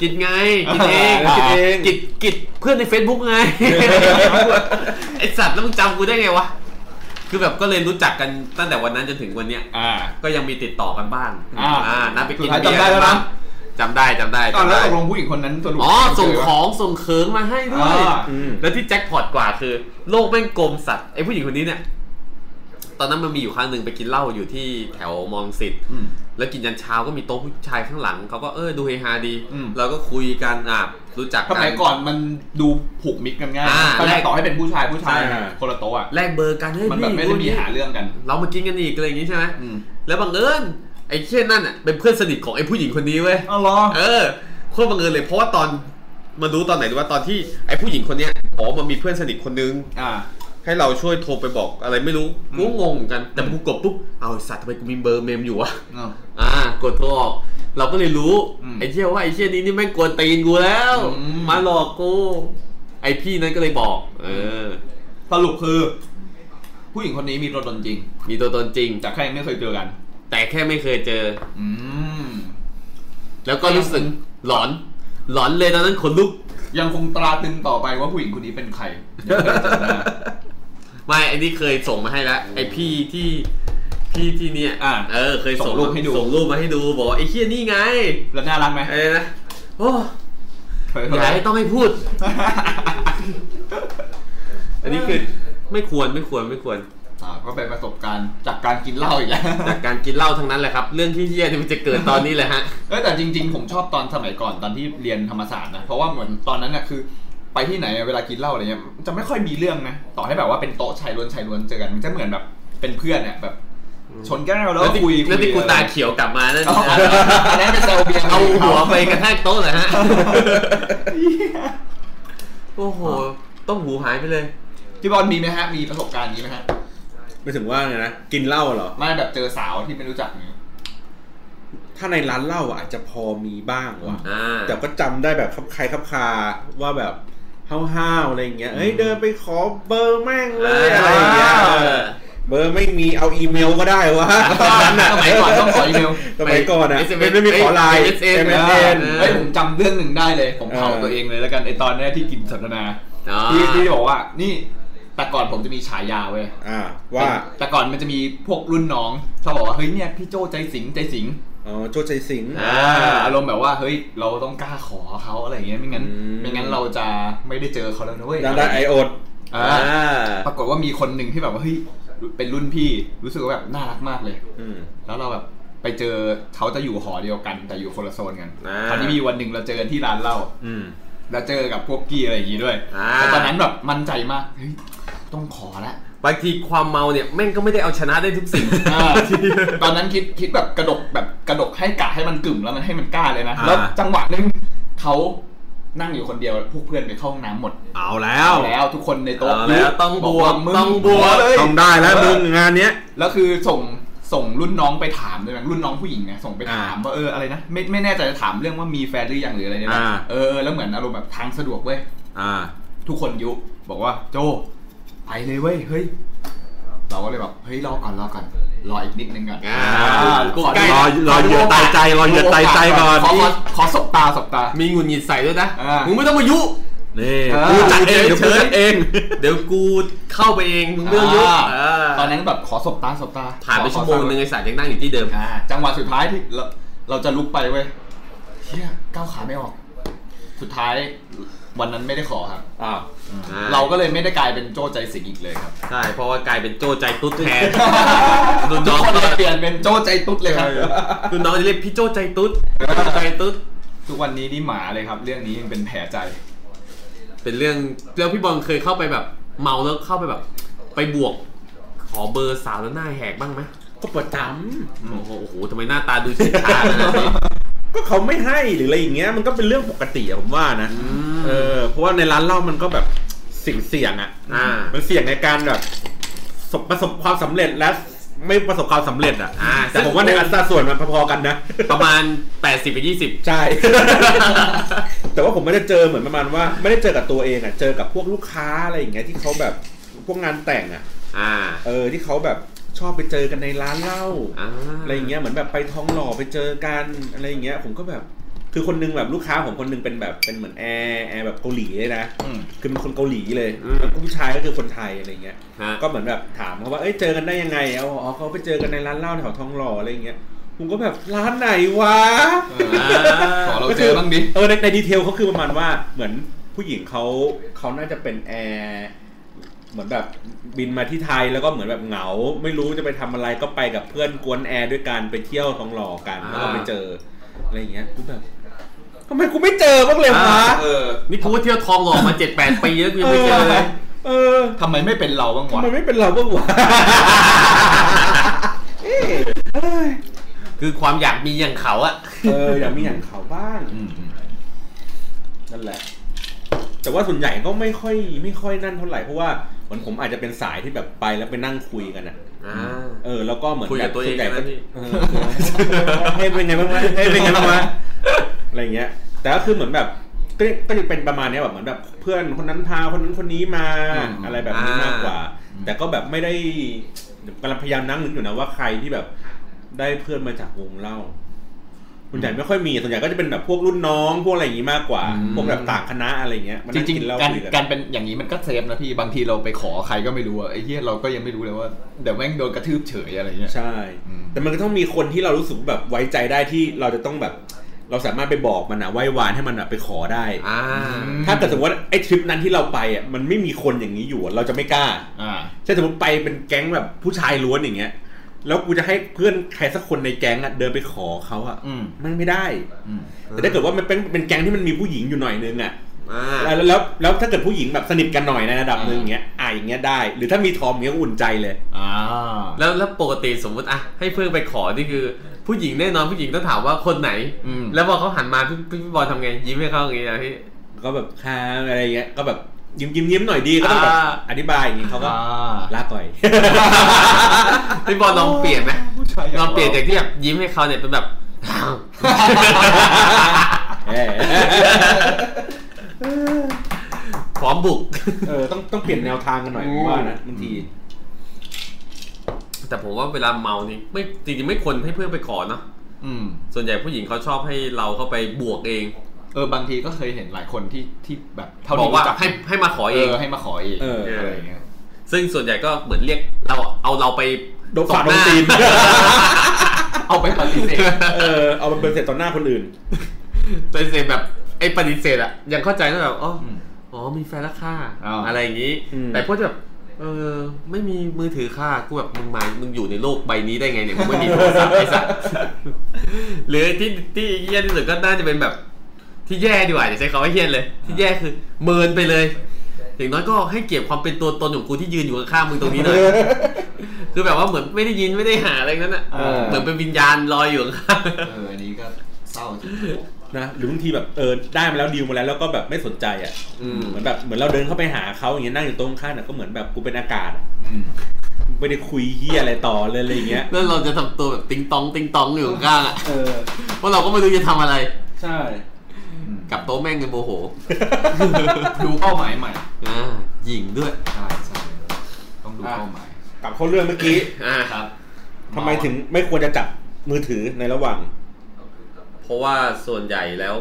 S2: กิดไงกิดเอง
S3: อ่า
S2: กิดเองกิดกิดเพื่อนใน Facebook ไง ไอสัตว์แล้วมึงจำกูได้ไงวะ คือแบบก็เลยรู้จักกันตั้งแต่วันนั้นจนถึงวันเนี้ย
S1: อ่า
S2: ก็ยังมีติดต่อกันบ้าง
S1: อ่า
S2: นัดไปกิน
S1: สุดท้ายจำได้
S2: เบียร์
S1: แล้วนะ
S2: จำได้จำได้
S1: ตอน
S2: จำ
S1: แล้ว
S2: ได้
S1: ตกลงผู้หญิงคนนั้นสรุป
S2: อ๋อส่ง
S1: เจปะ
S2: ของส่งเคิงมาให้ด้วย
S1: อ่า
S3: อืม
S2: แล้วที่แจ็คพอตกว่าคือ โลกแม่งกลมสัตว์ไอผู้หญิงคนนี้เนี่ย ตอนนั้นมันมีอยู่ครั้งหนึ่งไปกินเหล้าอยู่ที่แถวมองสิทธิ์
S1: อืม
S2: แล้วกินยันเช้าก็มีโต๊ะผู้ชายข้างหลังเขาก็เออดูเฮฮาดี
S1: อืม
S2: เราก็คุยกันอ่ะรู้จัก
S1: ส
S2: กั
S1: มัยก่อนมันดูผูกมิตรกันง่าย
S2: อ่า
S1: ตอนแร
S2: แร
S1: ก
S2: ก
S1: ต่อให้เป็นผู้ชายผู้ชาย
S3: ใช่
S1: คนละโต๊ะอ่ะ
S2: แลกเบอร์กันเฮ้ย
S1: มันแบบ
S2: พี่
S1: ไม่ได้มี
S2: พี่
S1: หาเรื่องกัน
S2: เรามากินกันอีกอะไรอย่างงี้ใช่ไหม
S1: อืม
S2: แล้วบังเอิญไอ้เช่นนั่นอ่ะเป็นเพื่อนสนิทของไอ้ผู้หญิงคนนี้เว้ย
S1: อ๋อเหรอ
S2: เออโคตรบังเอิญเลยเพราะว่าตอนมารู้ตอนไหนรู้ว่าตอนที่ไอ้ผู้หญิงคนเนี้ยอ๋อมันมีเพื่อนสนิทคนนึง
S1: อ่า
S2: ให้เราช่วยโทรไปบอกอะไรไม่รู้กูก็งงเหมือนกันแต่พอกูกดปุ๊บเอาไอ้สัตว์ทำไมกูมีเบอร์เมมอยู่วะ อ่ากดโทรออกเราก็เลยรู้
S1: อืม
S2: ไอ้เชี่ยว่าไอ้เชี่ยนี้นี่แม่งกวนตีนกูแล้ว
S1: อืม
S2: มาหลอกกู ไอ้พี่นั้นก็เลยบอก เออ
S1: สรุปคือ ผู้หญิงคนนี้มีตัวตนจริง
S2: มีตัวตนจริง
S1: แต่แค่ยังไม่เคยเจอกัน
S2: แต่แค่ไม่เคยเจอ
S1: อืม
S2: แล้วก็รู้สึกหลอน หลอนเลยตอนนั้นขนลุก
S1: ยังคงตราตรึงต่อไปว่าผู้หญิงคนนี้เป็นใครยังไม่ได้เจอหน้า
S2: ไม่ไอ้นี่เคยส่งมาให้แล้วไอ้พี่ที่พี่ที่เนี่ย
S1: อ่า
S2: เออ เคย
S1: ส่
S2: ส่
S1: ง
S2: ง
S1: รูปให้ดู
S2: ส่งรูปมาให้ดูบอกว่าไอ้เชี่ยนี่ไง
S1: แล้วน่ารักไหม
S2: อะไรนะโอ้
S1: เผย
S2: อ
S1: เท่าไห
S2: ย่า
S1: ร่
S2: ให้ต้องให้พูด อันนี้คือไม่ควรไม่ควรไม่ควร
S1: อ่าก็เป็นประสบการณ์จากการกินเหล้าอีกแล้ว
S2: จากการกินเหล้าทั้งนั้นแหละครับ เรื่องที่เยี่ยนี่มันจะเกิดตอนนี้แหละฮะ
S1: เออแต่จริง ๆ ผมชอบตอนสมัยก่อนตอนที่เรียนธรรมศาสตร์นะ เพราะว่าเหมือนตอนนั้นน่ะคือ ไปที่ไหนเวลากินเหล้าอะไรเงี้ยจะไม่ค่อยมีเรื่องนะ ต่อให้แบบว่าเป็นโต๊ะชายล้วนชายล้วนเจอกันมันจะเหมือนแบบเป็นเพื่อนเนี่ยแบบ ชนแก้วแล้ว
S2: แล้ว
S1: ก็
S2: ที่
S1: คุย
S2: แล้วที่กู
S1: คุยอะไร
S2: ตาเขียวกลับมานั่น
S1: เอาอั นนั้นเป็นแซวเบียร์
S2: เอาหัวไปกระแทกโต๊ะเหรอฮะ โอ้โห ต้องหูหายไปเลย
S1: พี่บอลมีไหมฮะ มีประสบการณ์นี้ไหมฮะ
S3: ไม่ถึงว่าไงนะกินเหล้าเหรอ
S1: ไม่แบบเจอสาวที่ไม่รู้จักเนี่ย
S3: ถ้าในร้านเหล้าอะอาจจะพอมีบ้างว่ะ
S2: อ่า
S3: แต่ก็จำได้แบบคับใครคับคาว่าแบบห้าวๆอะไรอย่างเงี้ยเอ้ยเดินไปขอเบอร์แม่งเลยอะไรอย่างเงี้ย
S2: อ่า
S3: เออเบอร์ไม่มีเอาอีเมลก็ได้วะ
S1: สมัยก่อนต้องขออีเมล
S3: สมัยก่อนอะ
S2: SMS
S3: ไม่มีขอไลน์
S2: MSN
S1: เอ
S3: MSN
S1: อเฮ้ยผมจำเรื่องหนึ่งได้เลย ผมเผา
S3: เออ
S1: ตัวเองเลยแล้วกันไอตอนแรกที่กินสนทนา
S2: อ่า
S1: ที่ที่บอกว่า นี่แต่ก่อนผมจะมีฉายาเว้ย
S3: อ่าว่า
S1: แต่ก่อนมันจะมีพวกรุ่นน้องเขาบอกว่าเฮ้ยเนี่ยพี่โจใจสิงใจสิง
S3: อ๋อโจชัยสิงห์
S2: อ่า
S1: อารมณ์แบบว่าเฮ้ยเราต้องกล้าขอเขาอะไรอย่างเงี้ยไม่งั้น
S3: อืม
S1: ไม่งั้นเราจะไม่ได้เจอเขาแล้วนะเว้ย
S3: ดังได้ไอโอด
S1: อ่า ปรากฏว่ามีคนหนึ่งที่แบบว่าเฮ้ยเป็นรุ่นพี่รู้สึกว่าแบบน่ารักมากเลย
S3: อืม
S1: แล้วเราแบบไปเจอเขาจะอยู่หอเดียวกัน แต่อยู่คนละโซนกัน
S2: อ่า
S1: คราวนี้มีวันหนึ่งเราเจอกันที่ร้านเหล้า
S3: อืม
S1: แล้วเจอกับพวกกี้อะไรอย่างงี้ด้วย
S2: อ่า
S1: แต่ตอนนั้นแบบมั่นใจมากเฮ้ยต้องขอละ
S2: บางทีความเมาเนี่ยแม่งก็ไม่ได้เอาชนะได้ทุกสิ่ง
S1: อ่าตอนนั้นคิดคิดแบบกระดกแบบกระดกให้กะให้มันกึ่มแล้วมันให้มันกล้าเลยนะ
S2: อ่า
S1: แล้วจังหวะหนึงเขานั่งอยู่คนเดียวพวกเพื่อนไปเข้าห้องน้ำหมด
S3: เอาแล้ว
S1: แล้วทุกคนในโต๊ะ
S2: เอาแล้วต้องบวก
S1: ามึ
S2: ต้องบวก
S1: เลย
S3: ต้องได้แล้วมึงงานเนี้ย
S1: แล้วคือส่งส่งรุ่นน้องไปถามเลยนะรุ่นน้องผู้หญิงนะส่งไปถาม
S3: อ่า
S1: ว่าเอออะไรนะไม่ไม่แน่ใจจะถามเรื่องว่ามีแฟนหรือยังหรืออะไรเนี่ยนะ
S3: อ่า
S1: เออเออแล้วเหมือนอารมณ์แบบทางสะดวกเว้ย
S3: อ่า
S1: ทุกคนยุ บอกว่าโจไปเลยเว้ยเฮ้ยเราก็เลยแบบเฮ้ยรอก่อนรอก่อนรออีกนิดนึงก่อน
S2: อ่า
S1: ขอ
S2: ใกล้
S1: ขดู
S3: รอรอเหยื่อตายใจรอเหยื่อตายใจก่อน
S1: ขขขอสบตาสบตา
S2: มีหงุนหงิดใส่ด้วยนะ
S1: อ่ามึ
S2: มึงไม่ต้องมายุ
S3: นี่
S1: เออ
S3: กูจัดเองเดี๋ยวกูจัดเอง
S2: เดี๋ยวกูเข้าไปเองมึงเรื่องยุ
S1: อ่า
S2: อ่า
S1: ตอนนั้นแบบขอสบตาสบตา
S2: ผ่านไป
S1: ขอ
S2: ชั่วโม
S1: ข
S2: ง
S1: อสบตา
S2: นึงไอสัตว์ยังนั่งอยู่ที่เดิม
S1: อ่าจังหวะสุดท้ายที่เราเราจะลุกไปเว้ยเฮียก้าวขาไม่ออก สุดท้ายวันนั้นไม่ได้ขอครับ
S3: อ่า
S2: อ่า
S1: เราก็เลยไม่ได้กลายเป็นโจ้ใจสิงอีกเลยครับ
S2: ใช่เพราะว่ากลายเป็นโจ้ใจตุ๊ดแทนรุ่น
S1: ทุ
S2: น้
S1: ก
S2: อง
S1: คน
S2: ก็
S1: เลยเปลี่ยนเป็นโจ้ใจตุ๊ดเลยครับ
S2: รุ่นน้องจะเรียกพี่โจ้ใจตุ๊ดโจ้ใจตุ๊ด
S1: ทุกวันนี้นี่หมาเลยครับ เรื่องนี้ยังเป็นแผลใจ
S2: เป็นเรื่องแล้วพี่บอลเคยเข้าไปแบบ เมาแล้วเข้าไปแบบ ไปบวก ขอเบอร์สาวแล้วหน้าแหกบ้างไหม
S3: ก็ประจ
S2: โอ้โหโอ้โหทำไมหน้าตาดูชิดขาดขนาดนี้
S3: ำก็เขาไม่ให้หรืออะไรอย่างเงี้ยมันก็เป็นเรื่องปกติอะผมว่านะ
S2: ม
S3: เออเพราะว่าในร้านเหล้ามันก็แบบเสี่ยงเสี่ยงอ่ะ
S2: อ่ามั
S3: มันเสี่ยงในการแบบสบประสบความสำเร็จและไม่ประสบความสำเร็จอ่ะ
S2: อ่า
S3: แต่ผมว่าในอัตราส่วนมันพอๆกันนะ
S2: ประมาณ 80ไป20
S3: ใช่ แต่ว่าผมไม่ได้เจอเหมือนประมาณว่า ไม่ได้เจอกับตัวเองอ่ะเจอกับพวกลูกค้าอะไรอย่างเงี้ยที่เขาแบบพวกงานแต่งอ่ะ
S2: อ่า
S3: เออที่เขาแบบชอบไปเจอกันในร้านเหล้า
S2: อ่า
S3: อะไรอย่างเงี้ยเหมือนแบบไปท้องหล่อไปเจอกันอะไรอย่างเงี้ยผมก็แบบ คือคนนึงแบบลูกค้าผมคนนึงเป็นแบบเป็นเหมือนแอร์แอร์แบบเกาหลีเลยนะ
S1: อืม
S3: คือเป็นคนเกาหลีเลยแล้วผู้ชายก็คือคนไทยอะไรอย่างเงี้ย
S2: ฮะ
S3: ก็เหมือนแบบถามเขาว่าเอ้ยเจอกันได้ยังไงเอาอ๋อเขาไปเจอกันในร้านเหล้าแถวท้องหล่ออะไรอย่างเงี้ยผมก็แบบร้านไหนวะ
S2: อ่า
S1: ขอเราเจอบ้างดิ
S3: เออในในดีเทลเขาคือประมาณว่าเหมือนผู้หญิงเขาเขาน่าจะเป็นแอร์เหมือนแบบบินมาที่ไทยแล้วก็เหมือนแบบเหงา ไม่รู้จะไปทำอะไรก็ไปกับเพื่อนกวนแอร์ด้วยกันไปเที่ยวทองหล่อกันแล้วก็ไปเจออะไรอย่างเงี้ยกูแบบทำไมกูไม่เจอบ้างเลยวะ
S1: เออ
S2: นี่กูว่าเที่ยวทองหล่อมา 7-8 ปีแล้วกูยังไม่เจอเลย
S3: เออ
S1: ทำไมไม่เป็นเราบ้าง
S3: ทำ
S1: วะ
S3: ไมไม่เป็นเราบ้างวะ
S2: คือความอยากมีอย่างเขาอะ
S3: เอออยากมีอย่างเขาบ้าง
S1: อืมอืม
S3: นั่นแหละ แต่ว่าส่วนใหญ่ก็ไม่ค่อยไม่ค่อยนั่นเท่าไหร่เพราะว่าเหมือนผมอาจจะเป็นสายที่แบบไปแล้วไปนั่งคุยกันอะ
S2: อ่า
S3: เออแล้วก็เหมือน
S2: คุยกับตัวเอง
S3: แส่นใหญ่ก็
S2: นะพี่
S3: เออให้เป็นไงบ้างวะให้เป็นไงบ้างวะอะไรอย่างเงี้ย แต่ก็คือเหมือนแบบก็ก็จะเป็นประมาณเนี้ยแบบเหมือนแบบเพื่อนคนนั้นพาคนนั้นคนนี้มาอะไรแบบนี้มากกว่า แต่ก็แบบไม่ได้กำลังพยายามนั่งนึกอยู่นะว่าใครที่แบบได้เพื่อนมาจากวงเล่า ส่วนใหญ่ไม่ค่อยมีส่วนใหญ่ก็จะเป็นแบบพวกรุ่นน้องพวกอะไรอย่างนี้มากกว่า พวกแบบต่างคณะอะไรเงี้ยมัน
S1: จ
S3: นั่
S1: ริง
S3: กินเหล้า
S1: ๆการ
S3: คุยกัน
S1: การเป็นอย่างนี้มันก็เซฟนะพี่บางทีเราไปขอใครก็ไม่รู้อะไอ้เหี้ยเราก็ยังไม่รู้เลยว่าเดี๋ยวแม่งโดนกระทืบเฉยอะไรเงี้ย
S3: ใช่
S1: อืม
S3: แต่มันก็ต้องมีคนที่เรารู้สึกแบบไว้ใจได้ที่เราจะต้องแบบ เราสามารถไปบอกมันนะไหว้วานให้มันแบบไปขอได้
S2: อ่า
S3: ถ้าเกิดสมมติว่าไอ้ทริปนั้นที่เราไปอ่ะมันไม่มีคนอย่างนี้อยู่อะเราจะไม่กล้า
S1: อ่า
S3: ใช่สมมติไปเป็นแก๊งแบบผู้ชายล้วนอย่างเงี้ย แล้วกูจะให้เพื่อนใครสักคนในแก๊งอะเดินไปขอเขาอ่ะ
S1: อืม
S3: มันไม่ได้
S1: อืม
S3: แต่ถ้าเกิดว่ามันเป็นเป็นแก๊งที่มันมีผู้หญิงอยู่หน่อยนึงอ่ะ
S2: อ่า
S3: แล้วแล้วแล้วถ้าเกิดผู้หญิงแบบสนิทกันหน่อยในระดับหนึ่งอย่างเงี้ยอ่ะอย่างเงี้ยได้ หรือถ้ามีทอมอย่างเงี้ยก็อุ่นใจเลย
S1: อ่า
S2: แล้วแล้วปกติสมมุติอะให้เพื่อนไปขอนี่คือ ผู้หญิงแน่นอนผู้หญิงต้องถามว่าคนไหน
S1: อืม
S2: แล้วพอเขาหันมาพี่พี่พี่บอลทำไงยิ้มให้เขาอย่างงี้นะพี่
S3: ก็แบบค้าอะไรเงี้ยก็แบบยิ้มยิ้มยิ้มหน่อยดีก็ต้องแบบ
S2: อ่า
S3: อธิบายอย่างงี้เขาก็
S1: อ่า
S3: ลาก่อย
S2: พี่บอลลองเปลี่ยนไหม
S1: ผู้ชายอย่าง
S2: ล
S1: เรา
S2: องเปลี่ยนจากที่แบบยิ้มให้เขาเนี่ยเป็นแบบ
S3: เออ
S2: พร้อมบุก
S3: เออต้องต้องเปลี่ยนแนวทางกันหน่อยผมว่านะบางที
S2: แต่ผมว่าเวลาเมานี่ไม่จริงๆไม่ควรให้เพื่อนไปขอเนาะ
S1: อืม
S2: ส่วนใหญ่ผู้หญิงเขาชอบให้เราเข้าไปบวกเอง
S1: เออบางทีก็เคยเห็นหลายคนที่ที่แบบเท่า
S2: บอ
S1: ที่
S2: กว่า
S1: รู้จั
S2: ให้ให้มาขอ
S1: เอ
S2: เอง
S1: อให้มาขอเอง
S3: เออ
S1: อะไรอย่างเงี้ย
S2: ซึ่งส่วนใหญ่ก็เหมือนเรียกเราเอาเราไป
S3: โดนฝาด
S2: ตบห
S3: โดน ตีน
S1: เอาไปปฏิเสธ
S3: เออเอามันเป็นเสร็จต่อหน้าคนอื่น
S2: ปฏิเสธแบบไอ้ปฏิเสธอะยังเข้าใจนะแบบอ๋อ
S1: อืม
S2: อ๋อมีแฟนแล้วค่ะ
S1: อ้าว
S2: อะไรอย่างนี้
S3: อืม
S2: แต่พวกที่แบบเออไม่มีมือถือค่ะกูแบบมึงมามึงอยู่ในโลกใบนี้ได้ไงเนี่ยมึงไม่มีโทรศัพท์ไอ้สัส หรือที่ที่เหี้ยที่สุดก็น่าจะเป็นแบบ ที่แย่ดีกว่าอย่าใช้คำว่าเหี้ยเลย ที่แย่คือเมินไปเลยอย่างน้อยก็ให้เก็บความเป็นตัวตนของกูที่ยืนอยู่ข้างๆมึงตรงนี้หน่อย คือแบบว่าเหมือนไม่ได้ยินไม่ได้หาอะไรนั้นอ่ะ
S1: เออ
S2: เหมือนเป็นวิญญาณลอยอยู่ข้าง
S1: เอออันนี้ก็เศร้าจริง
S3: นะหรือบางทีแบบเออได้มาแล้วดีลมาแล้วแล้วก็แบบไม่สนใจอ่ะ
S2: ๆอืม
S3: เหมือนแบบเหมือนเราเดินเข้าไปหาเขาอย่างเงี้ยนั่งอยู่ตรงข้างน่ะก็เหมือนแบบกูเป็นอากาศอะ
S1: อืม
S3: ไม่ได้คุยเฮียอะไรต่อเลยอะไรอย่างเงี้ย
S2: แล้วเราจะทำตัวแบบติงตองติงตองอยู่ข้างๆอ่ะ
S3: เออ
S2: เพราะเราก็ไม่รู้จะทำอะไร
S3: ใช่
S1: อืม
S2: กับโต๊ะแม่งเงินโมโห
S1: ดูเป้าหมายใหม่
S2: อ่าหญิงด้วย
S1: ใช่ใช่ต้องดูเป้าหมาย
S3: กลับเข้าเรื่องเมื่อกี้
S2: อ่า
S1: ครับ
S3: ทำไมถึงไม่ควรจะจับมือถือในระหว่าง
S2: เพราะว่าส่วนใหญ่แล้ว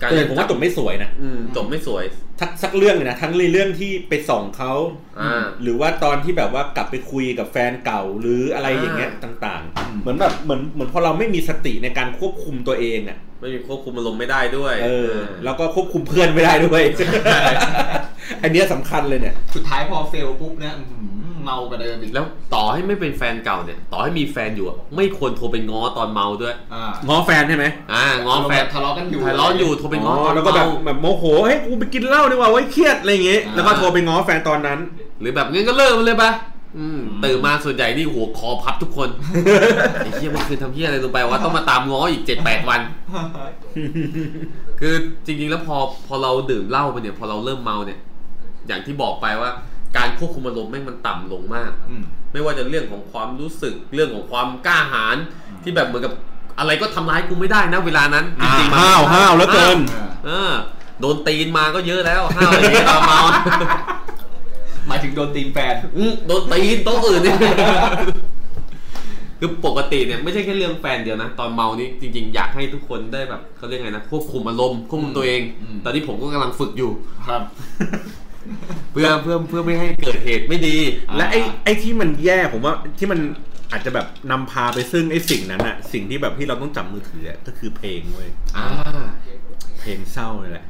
S2: การ
S3: เออผมว่าจบไม่สวยนะ
S2: อืมจบไม่สวย
S3: ทักสักเรื่องเลยนะทั้งในเรื่องที่ไปส่องเขา
S2: อ่า
S3: หรือว่าตอนที่แบบว่ากลับไปคุยกับแฟนเก่าหรืออะไรอย่างเงี้ย
S2: อ่า
S3: ต่างๆ เหมือนแบบเหมือนเหมือนพอเราไม่มีสติในการควบคุมตัวเองอ่ะ
S2: ไม่มีควบคุมอารมณ์ไม่ได้ด้วย
S3: เออ
S2: แล้
S3: แล้ว วก็ควบคุมเพื่อนไม่ได้ ด้วย อันเนี้ยสำคัญเลยเนี่ย
S1: สุดท้ายพอเฟลปุ๊บเนี่ยอื้อหือเมากว่าเดิมอีก
S2: แล้วต่อให้ไม่เป็นแฟนเก่าเนี่ย ต่อให้มีแฟนอยู่อะไม่ควรโทรไปง้อตอนเมาด้วย
S1: อ่า
S3: ง้อแฟนใช่ไหม
S2: อ่าง้อแฟน
S1: ทะเลาะกันอยู่
S2: ถ่ายร้อนอยู่โทรไปง้อตอน
S3: แล้วก็แบ
S2: เมา
S3: บแบบโมโห เฮ้ย กูไปกินเหล้าดีกว่าไว้ยเครียดอะไรอย่างเงี้ย
S1: อ่า
S3: แล้วก็โทรไปง้อแฟนตอนนั้น
S2: หรือแบบงั้นก็เลิกมันเลยปะอืมตื่นมาส่วนใหญ่นี่หัวคอพับทุก คน ไอ้เหี้ยเมันคืนทำเหี้ยอะไรลงไปวะต้องมาตามง้ออีกเจ็ดแปดวัน คือจริงๆแล้วพอพอเราดื่มเหล้าไปเนี่ย พอเราเริ่มเมาเนี่ย อย่างที่บอกไปว่า การควบคุมอารมณ์แม่งมันต่ำลงมาก
S1: อืม
S2: ไม่ว่าจะเรื่องของความรู้สึกเรื่องของความกล้าหาญที่แบบเหมือนกับอะไรก็ทำร้ายกูไม่ได้นะเวลานั้นจริงๆมัน
S3: ห้าวห้าวแล้วเกิน
S1: อ่า
S2: เออโดนตีนมาก็เยอะแล้วห้าวอย่างเงี้ยตอนเมา
S1: หมายถึงโดนตีนแฟน
S2: อืมโดนตีนโต๊ะอื่นเนี่ย คือปกติเนี่ยไม่ใช่แค่เรื่องแฟนเดียวนะ ตอนเมานี่จริงๆ อยากให้ทุกคนได้แบบเขาเรียกไงนะควบคุมอารมณ์ควบคุมตัวเอง
S1: อืม
S2: ตอนนี้ผมก็กำลังฝึกอยู่
S1: ครับ
S2: เพื่อเพื่อเพื่อไม่ให้เกิดเหตุไม่ดี
S1: อ่า
S3: และไอ้ไอ้ที่มันแย่ผมว่าที่มันอาจจะแบบนำพาไปซึ่งไอ้สิ่งนั้นอะสิ่งที่แบบที่เราต้องจับมือถืออะก็คือเพลงเว้ย
S2: อ่า
S3: เพลงเศร้าเลยแหละ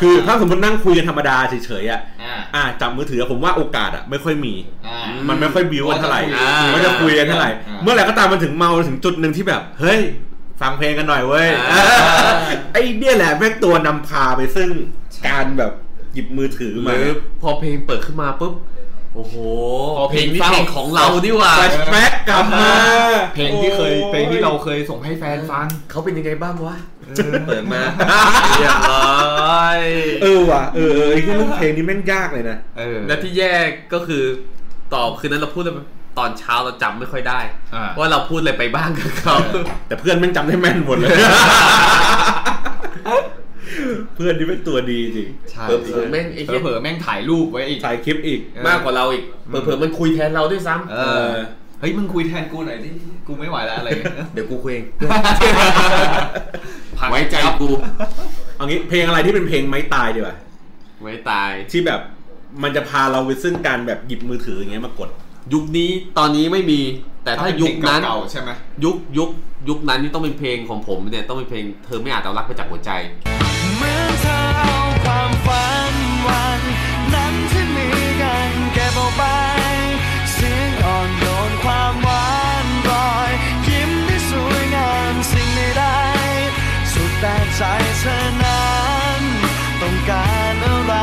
S3: คือถ้าสมมตินั่งคุยกันธรรมดาเฉยๆอะ
S1: อ่า
S3: อ่ะจับมือถือผมว่าโอกาสอะไม่ค่อยมี
S1: อ่า
S2: ม
S3: มันไม่ค่อยบิวกันเท่าไหร่
S2: อ่า
S3: ไม่จะคุยกันเท่าไหร่
S1: อ่า
S3: เมื่อไหร่ก็ตามมันถึงเมาถึงจุดหนึ่งที่แบบ เฮ้ย ฟังเพลงกันหน่อยเว้ย ไอ้เนี่ยแหละแม่งตัวนำพาไปซึ่งการแบบหยิบมือถือ
S2: ห
S3: มา
S2: รือพอเพลงเปิดขึ้นมาปุ๊บ โอ้โห
S1: พอเพลง
S2: นี้
S1: เศร้า
S2: เพลงของเราดีหว่า
S3: แฟลชแบ็กกลับมา
S1: เพลงที่เคย
S3: โอ้
S1: เพลงที่เราเคยส่งให้แฟนฟัง
S2: เขาเป็นยังไงบ้างวะเปิดมาเรียบร้อย
S3: เออว่ะเออเออไอ้เรื่องเพลงนี้แม่งยากเลยนะ
S1: เออ
S2: และที่แย่ก็คือตอบคืนนั้นเราพูดอะไรตอนเช้าเราจำไม่ค่อยได้
S1: อ่า
S2: ว่าเราพูดอะไรไปบ้างกับเขา
S3: แต่เพื่อนแม่งจำได้แม่นหมดเลย เพื่อนนี่เป็นตัวดีจริง
S1: ใช่
S2: เผลอๆแม่งไอ้เหี้ย
S1: เผลอๆแม่งถ่ายรูปไว้อีก
S3: ถ่ายคลิปอีก
S2: มากกว่าเราอีกเผลอๆมันคุยแทนเราด้วยซ้
S1: เอ
S3: เอ
S1: อ
S3: อ
S1: เฮ้ยมึงคุยแทนกูหน่อยดิ กูไม่ไหวแล้วอะไรเงี้ย
S2: ำเดี๋ยวกูคุยเอง
S1: พัก
S2: ไว้ใจกู
S3: เอางี้เพลงอะไรที่เป็นเพลงไม้ตายดีกว่า
S2: ไว้ตาย
S3: ที่แบบมันจะพาเราไปซึ่งการแบบหยิบมือถืออย่างเงี้ยมากด
S2: ยุคนี้ตอนนี้ไม่มี แต่ถ้ายุคนั้น
S1: เก่าๆใช่ไหม
S2: ยุคยุคยุคนั้นนี่ต้องเป็นเพลงของผมเนี่ยต้องเป็นเพลงเธอไม่อาจเอารักไปจากหัวใจ
S4: เหมือนเธอเอาความฝันวัน นั้นที่มีกันเก็บเอาไปเสียงอ่อนโยนความหวานรอย ยิ้มที่สวยงามสิ่งไม่ได้ สุดแต่ใจเธอนั้นต้องการอะไร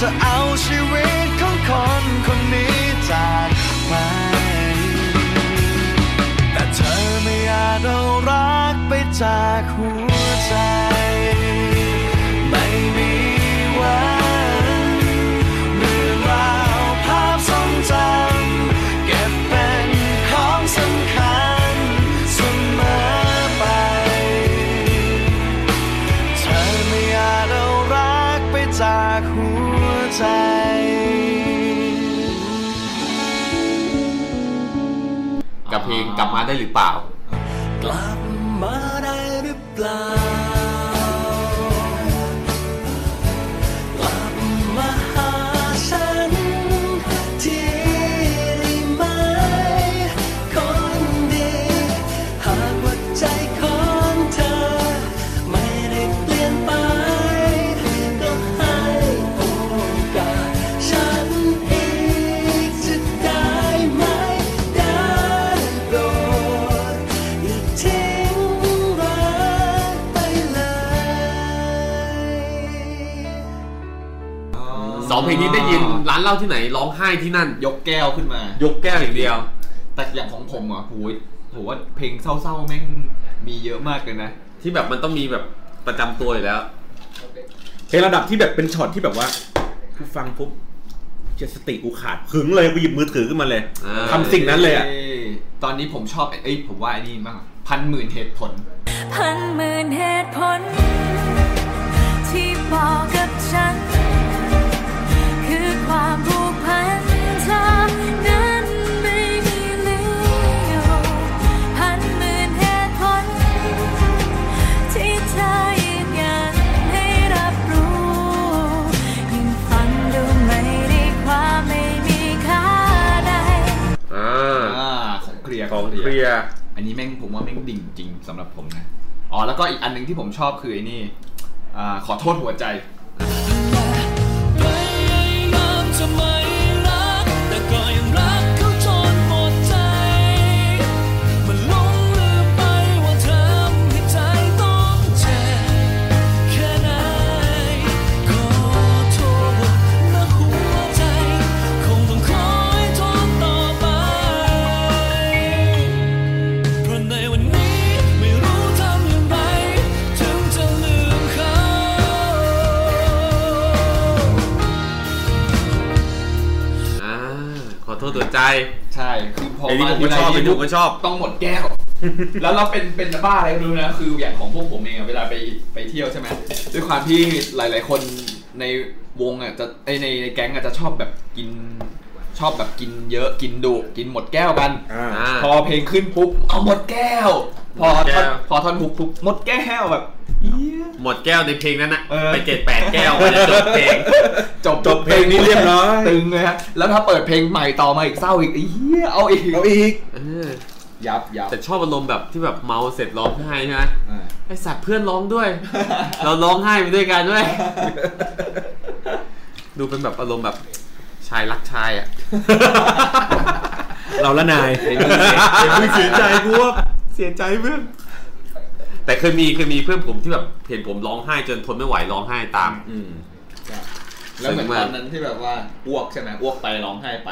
S4: จะเอาชีวิตของคนคนนี้จากไป แต่เธอไม่อาจเอารักไปจากหัวใจ ไม่มี
S2: เพลงกลับมาได้หรือเปล่า
S4: กลับมาได้หรือเปล่า กลับมาหาฉันทีได้ไหม คนดี หากว่าใจของเธอ ไม่ได้เปลี่ยนไป ก็ให้โอกาสฉันอีกจะได้ไหม ได้โปรดอย่าทิ้งรักไปเลย
S2: สองเพลงนี้ได้ยินร้านเหล้าที่ไหนร้องไห้ที่นั่น
S1: ยกแก้วขึ้นมา
S2: ยกแก้วอย่างเดียว
S1: แต่อย่างของผมอ่ะโหยโหว่าเพลงเศร้าๆแม่งมีเยอะมากเลยนะ
S2: ที่แบบมันต้องมีแบบประจำตัวอยู่แล้ว
S3: เพลงระดับที่แบบเป็นช็อตที่แบบว่ากูฟังปุ๊บเจตสติกูขาดขึงเลยกูหยิบมือถือขึ้นมาเลย
S2: อ่า
S3: ทำสิ่งนั้นเลยอ่ะ
S1: ตอนนี้ผมชอบเอ้ยผมว่าไอ้นี่มากกว่าพันหมื่นเหตุผล
S5: พันหมื่นเหตุผล ที่บอกกับฉัน คือความผูกพันเธอนั้นไม่มีเหลือพันหมื่นเหตุผล ที่เธอยืนยันให้รับรู้ ยิ่งฟังดูไม่ได้ความไม่มีค่าใด
S2: อ่า
S1: อ่าของเคลียร์
S2: ของเคลียร์
S1: อันนี้แม่งผมว่าแม่งดิ่งจริงสำหรับผมนะ อ๋อแล้วก็อีกอันหนึงที่ผมชอบคือไอ้นี่อ่าขอโทษหัวใจ
S4: พยายามจะไม่รัก แต่ก็ยังรักเขาจนหมดใจ มันหลงลืมไปว่าทำให้ใจต้องเจ็บแค่ไหนขอโทษนะหัวใจ คงต้องคอยทนต่อไป เพราะในวันนี้ไม่รู้ทำอย่างไรถึงจะลืมเขา
S2: อ่าขอโทษตัวใจ
S1: ใช่คือพอ
S2: ไอ้นี่
S1: มา
S2: ผมก็ชอบ
S1: ที
S2: ไอ้
S1: ไร
S2: นี่ผมก็ชอบ
S1: ต้องหมดแก้ว แล้วเราเป็นเป็นบ้าอะไรไม่รู้นะ คืออย่างของพวกผมเองอะเวลาไปไปเที่ยวใช่ไหมด้วยความที่หลาย ๆ คนในวงอะจะไอยในในแก๊งอะจะชอบแบบกินชอบแบบกินเยอะกินดุกินหมดแก้วกัน
S3: อ่า
S2: อ่า
S1: พอเพลงขึ้นปุ๊บเอาหมดแก้ว พอ
S2: หมดแก้
S1: ท่อน
S2: ว
S1: พอท่อนฮุกปุ๊บหมดแก้วแบบ
S2: หมดแก้วในเพลงนั้นนะ
S1: เออ
S2: ไปเจ็ดแปดแก้วมันจะจบเพลง
S1: จบ
S3: จบเพลงนี้เรียบร้อย
S1: ตึงเลยฮะแล้วถ้าเปิดเพลงใหม่ต่อมาอีกเศร้าอีกเหี้ยเอาอีก
S3: เอาอีก
S2: เออ
S1: ยับยับ
S2: แต่ชอบอารมณ์แบบที่แบบเมาเสร็จร้องไห้ใช่ไหม
S1: อ่า
S2: ไอสัตว์เพื่อนร้องด้วย เราร้องไห้ไปด้วยกันด้วย ดูเป็นแบบอารมณ์แบบชายรักชายอ่ะ
S3: เราละนาย
S1: เองเอง
S2: เสียใจกูว่าเสียใจเพื่อน แต่เคยมีเคยมีเพื่อนผมที่แบบเห็นผมร้องไห้จนทนไม่ไหวร้องไห้ตาม
S3: อืม
S1: แล้วเหมือนต
S2: ซึ้งมาก
S1: อนนั้นที่แบบว่าอ้วกใช่ไหมอ้วกไปร้องไห้ไป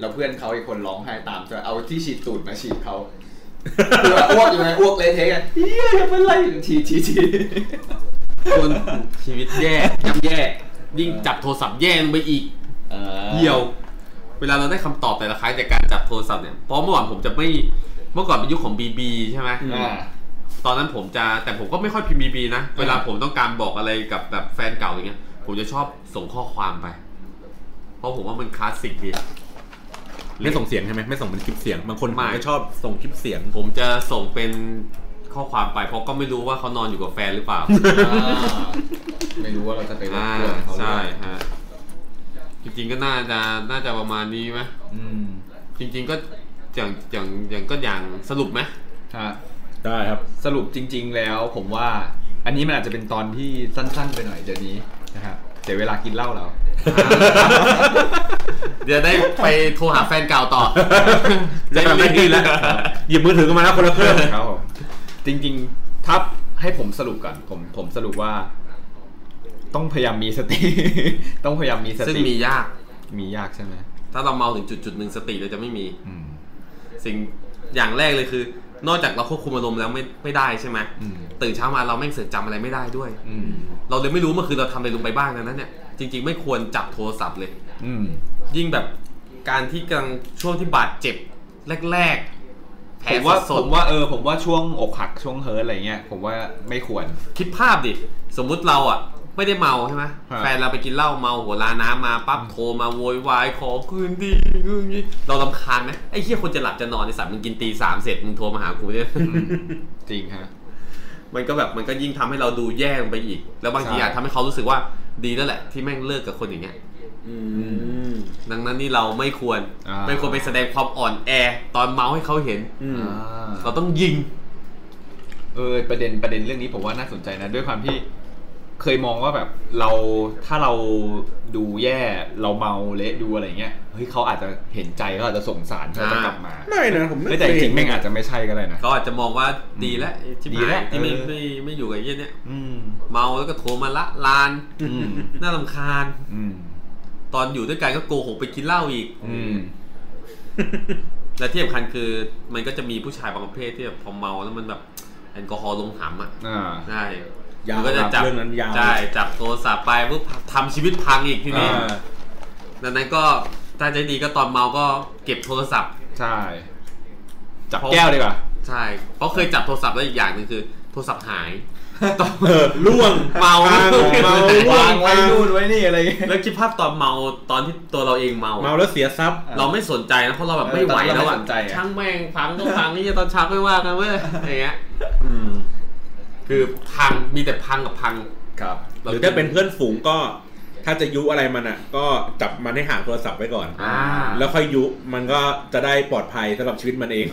S1: แล้วเพื่อนเขาอีกคนร้องไห้ตามจะเอาที่ฉีดตูดมาฉีดเขาคือแบบอ้วกอยู่ไงอ้วกเละเทะกันเฮียอย่าเป็นไรฉีดฉีดฉีด
S2: คนชีวิตแย่ย่ำแย่ ยิ่งจับโทรศัพท์แย่ลงไปอีก
S1: อ่อ
S2: เหี่ยว เวลาเราได้คำตอบแต่ละครั้งจากการจับโทรศัพท์เนี่ย เพราะเมื่อก่อนผมจะไม่ เมื่อก่อนเป็นยุคของ BB ใช่ไหม
S1: อ่า
S2: ตอนนั้นผมจะ แต่ผมก็ไม่ค่อยพิมพ์ BB นะ เวลาผมต้องการบอกอะไรกับแบบแฟนเก่าอย่างเงี้ย ผมจะชอบส่งข้อความไป เพราะผมว่ามันคลาสสิกดี
S3: ไม่ส่งเสียงใช่ไหมไม่ส่งเป็นคลิปเสียง บางคน
S2: ไม่
S3: ก็ชอบส่งคลิปเสียง
S2: ผมจะส่งเป็นข้อความไป เพราะก็ไม่รู้ว่าเขานอนอยู่กับแฟนหรือ เปล่า
S1: อ่าไม่รู้ว่าเราจะไปรบ
S2: อ่าก
S1: วนเขาหรือเป
S2: ใช่
S1: ล่า
S2: ฮะ จริงๆก็น่าจะน่าจะประมาณนี้ไหม
S1: อืม
S2: จริง ๆก็อย่างอย่างอย่างก็อย่างสรุปไหม
S1: ฮะ
S3: ได้ครับ
S1: สรุปจริง ๆ แล้วผมว่าอันนี้มันอาจจะเป็นตอนที่สั้น ๆ ไปหน่อยเดี๋ยวนี้นะครับเดี๋ยวเวลากินเหล้าแล้ว
S2: เดี๋ยวได้ไปโทรหาแฟนเก่าต่อ
S3: จะแบบไม่ดีแล้ว หยิบมือถือกันมาแล้วคนละเครื่อง
S1: ครับผมจริงๆถ้าให้ผมสรุปก่อนผมผมสรุปว่า ต้องพยายามมีสติ ต้องพยายามมีส
S2: ซึ่ง
S1: ติ
S2: มียาก
S1: มียากใช่ไหม
S2: ถ้าเราเมาถึงจุดจุดๆหนึ่งสติเราจะไม่มี
S1: อืม
S2: สิ่งอย่างแรกเลยคือ นอกจากเราควบคุมอารมณ์แล้วไม่ไม่ได้ใช่ไหม
S1: อืม
S2: ตื่นเช้ามาเราแม่งเสือกจำอะไรไม่ได้ด้วย
S1: อืม
S2: เราเลยไม่รู้เมื่อคืนเราทำอะไรลงไปบ้างนะนั้นเนี่ยจริง ๆ ไม่ควรจับโทรศัพท์เลย
S1: อืม
S2: ยิ่งแบบการที่กำลังช่วงที่บาดเจ็บแรกๆแผล
S1: ผมว่า
S2: ส
S1: ผ
S2: ด
S1: ม
S2: ๆ
S1: ว่าเออผมว่าช่วงอกหักช่วงเฮิร์ตอะไรเงี้ยผมว่าไม่ควร
S2: คิดภาพดิ สมมุติเราอ่ะ ไม่ได้เมาใช่ไหม
S3: ฮะ
S2: แฟนเราไปกินเหล้าเมาหัวลาน้ำมาปั๊บโทรมาโวยวายขอคืนดีคืนนี้เราลำคาญไหมไอ้เหี้ยคนจะหลับจะนอนในสัตว์มึงกินตีสามเสร็จมึงโทรมาหากูเนี่ย
S1: จริงฮะ
S2: มันก็แบบมันก็ยิ่งทำให้เราดูแย่ลงไปอีก แล้วบางที
S1: ใช่
S2: อาจทำให้เขารู้สึกว่าดีนั่นแหละ ที่แม่งเลิกกับคนอย่างเงี้ย
S3: อืม
S2: ดังนั้นนี่เราไม่ควร
S1: อ่า
S2: ไม่ควรไปแสดงความอ่อนแอ ตอนเมาให้เขาเห็น
S3: อืม
S2: เราต้องยิง
S1: เออประเด็นประเด็นเรื่องนี้ผมว่าน่าสนใจนะ ด้วยความที่เคยมองว่าแบบเราถ้าเราดูแย่เราเมาเละดูอะไรเงี้ยเฮ้ยเขาอาจจะเห็นใจเขาอาจจะสงสารเขาจะกลับมา
S3: ไม่นะผม
S1: เฮ้
S3: ไม่
S1: ยแต่จริงๆ
S3: เคย
S1: แม่ง
S3: เห็น
S1: อาจจะไม่ใช่ก็ได้นะ
S2: เขาอาจจะมองว่าดีแล้วที่
S1: ดีแล้ว
S2: ที่ไม่
S1: เออ
S2: ไม่ไม่อยู่กับไอ้เหี้ยเนี่ย
S1: อืม
S2: เมาแล้วก็โทรมาละลาน
S1: อืม
S2: น่าลำคาญ
S1: อืม
S2: ตอนอยู่ด้วยกันก็โกหกไปกินเหล้าอีก
S1: อืม
S2: และที่สำคัญคือมันก็จะมีผู้ชายบางประเภทที่แบบพอเมาแล้วมันแบบแอลกอฮอล์ลงหำอ่ะ
S1: อ่า
S2: ใช่
S3: ยาว
S2: มันก็จะจั
S3: เรื่องนั้นยาว
S2: ใช่จับโทรศัพท์ไปปุ๊บทำชีวิตพังอีกทีนี้
S1: อ่า
S2: ดังนั้นก็ถ้าใจดีก็ตอนเมาก็เก็บโทรศัพท์
S1: ใช่ จับ
S2: เพราะ
S1: แก้วดีกว่า
S2: ใช่เพราะเคยจับโทรศัพท์แล้วอีกอย่างหนึ่งคือ โทรศัพท์หาย ตอน
S3: เออล่วง
S2: เมา
S3: ทง
S2: ล่วง
S3: เมาล่ว
S1: วาง งไว้นู่นไว้นี่อะไรเงี้ย
S2: แล้วคิดภาพตอนเมาตอนที่ตัวเราเองเมา
S3: เมาแล้วเสียทรัพย์
S2: เราไม่สนใจนะเพราะเราแบบ
S1: เออ
S2: ไม่ไหวแล้ว
S1: เราไม่
S2: อะ
S1: สนใจอะ
S2: ช่างแม่งพังก็พังนี่ตอนเช้าไม่ว่ากันเว้ยอย่างเงี้ยคือพังมีแต่พังกับพัง
S1: ครับ
S2: ร
S3: หรือถ้าเป็นเพื่อนฝูงก็ถ้าจะยุอะไรมันอ่ะ ก็จับมันให้ห่างโทรศัพท์ไว้ก่อน
S2: อ่า
S3: แล้วค่อยยุมันก็จะได้ปลอดภัยสำหรับชีวิตมันเอง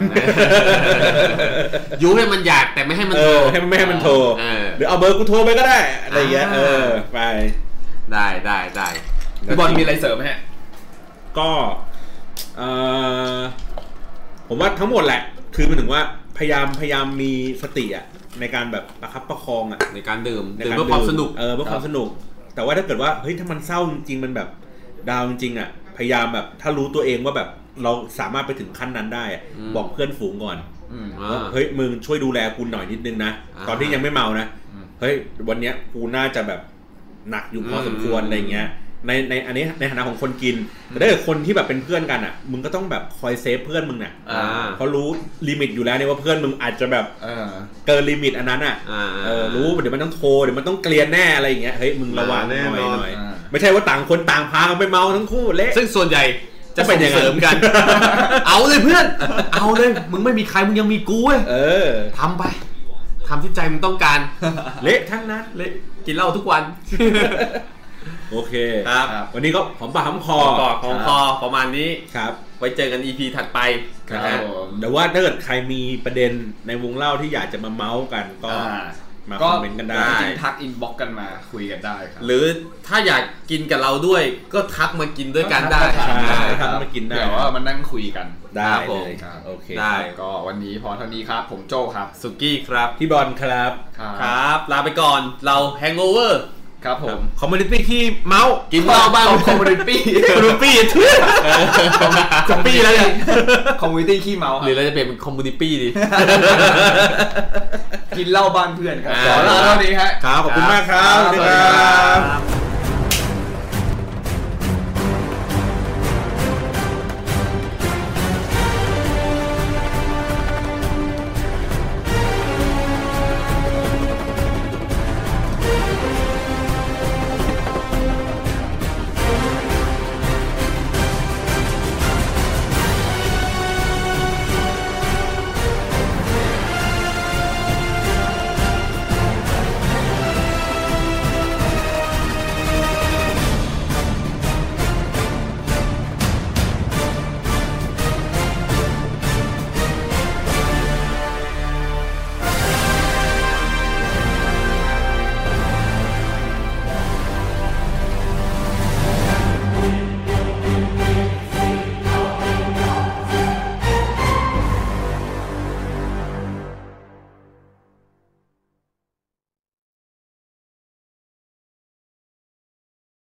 S2: ยุให้มันอยากแต่ไม่ให้มัน
S3: เอ
S2: โต
S3: อให้มันไม่ให้มันโทร
S2: เออ
S3: หรือเอาเบอร์กูโทรไปก็ได้อะไรอย่างเงี้ย
S2: อ่า
S3: เออไป
S2: ได้ได้ได้
S1: พี่บอลมีอะไรเสริมไหมฮะ
S3: ก็เออผมว่าทั้งหมดแหละ คือหมันถึงว่าพยายามพยายามมีสติอ่ะในการแบบประคับประคองอ่ะ
S2: ในการดื่ม
S3: ใน
S2: ดื่ม
S3: การ
S2: เพื่อความสนุก
S3: เออเพื่อความสนุก แต่ว่าถ้าเกิดว่าเฮ้ยถ้ามันเศร้าจริงๆมันแบบดาวจริงๆอ่ะ พยายามแบบถ้ารู้ตัวเองว่าแบบเราสามารถไปถึงขั้นนั้นได้อะ
S2: อืม
S3: บอกเพื่อนฝูงก่อน
S1: อืม
S2: อ่า
S3: ว่าเฮ้ยมึงช่วยดูแลกูหน่อยนิดนึงนะ
S2: อ่า
S3: ตอนที่ยังไม่เมานะ
S1: อืม
S3: เฮ้ยวันเนี้ยกูน่าจะแบบหนักอยู่พอสมควร
S2: อืม
S3: อะไรเงี้ยในในอันนี้ในฐานะของคนกินแต่ถ้าเกิดคนที่แบบเป็นเพื่อนกันอ่ะ มึงก็ต้องแบบคอยเซฟเพื่อนมึงน่ะ
S2: อ่า
S3: เขาะรู้ลิมิตอยู่แล้วเนี่ยว่าเพื่อนมึงอาจจะแบบ
S1: เออ
S3: เกินลิมิตอันนั้นอ่ะ
S2: อ่า
S3: เออรู้เดี๋ยวมันต้องโทรเดี๋ยวมันต้องเกลียนแน่อะไรอย่างเงี้ยเฮ้ยมึงระวังห
S2: แน่
S3: น่อย
S2: นอน
S3: หน่อย
S1: อ่า
S3: ไม่ใช่ว่าต่างคนต่างพากันไปเมาทั้งคู่เละ
S2: ซึ่งส่วนใหญ่จะ
S3: จะเป็น
S2: ส่งเสริม
S3: อย่างนั้
S2: กัน
S3: น
S2: เอาเลยเพื่อน เอาเลยมึงไม่มีใครมึงยังมีกูเว้ย
S3: เออ
S2: ทำไปทำที่ใจมึงต้องการ
S3: เละทั้งนั้น
S2: เลยกินเหล้าทุกวัน
S3: โอเค
S2: ครับ
S1: ครับ
S3: วันนี้ก็หอมปากหอมคอ
S2: ต่อของคอประมาณนี้
S3: ครับ
S2: ไว้เจอกัน EP ถัดไป
S1: ค
S2: นะ
S1: รับ
S2: ฮะ
S1: ผม
S3: แต่ว่าถ้าเกิดใครมีประเด็นในวงเล่าที่อยากจะมาเมาส์กันก็
S1: อ่า
S3: มาคอมเมนต์กันได้
S1: จริงๆทักอินบ็อกกันมาคุยกันได้ครับ
S2: หรือถ้าอยากกินกับเราด้วยก็ทักมากินด้วยกันได้
S1: ใช่
S3: ได้
S1: ค
S3: ครั
S1: รับบ
S3: มากินได้
S1: เดี๋ยวว่ามันนั่งคุยกัน
S3: ได้
S2: ครับผ
S3: เล
S2: ม
S3: ยครับโอเค
S2: ได้
S1: ก็วันนี้พอเท่านี้ครับ ผมโจครับ
S2: สุกี้ครับ
S3: พี่บอลครับ
S2: ครับ ลาไปก่อนเรา Hangover
S1: ครับผม
S3: คอมมูนิตี้ที่เมาส์
S2: กินเหล้าบ้าง
S1: คอมมูนิตี้
S2: คอ มมูนิตี้
S1: คอมมูนิตี้แล้วเนี่ยคอมมูนิตี้ขี้เมาค
S2: หรือ
S1: รับ
S2: เราจะเปลี่ยนเป็นคอมมูนิตี้ดี
S1: กินเหล้าบ้านเพื่อนครับ
S2: อ่า
S1: ขอลาเท่านี้ฮะ
S3: ครับขอบคุณมากครับสวัสดีครับ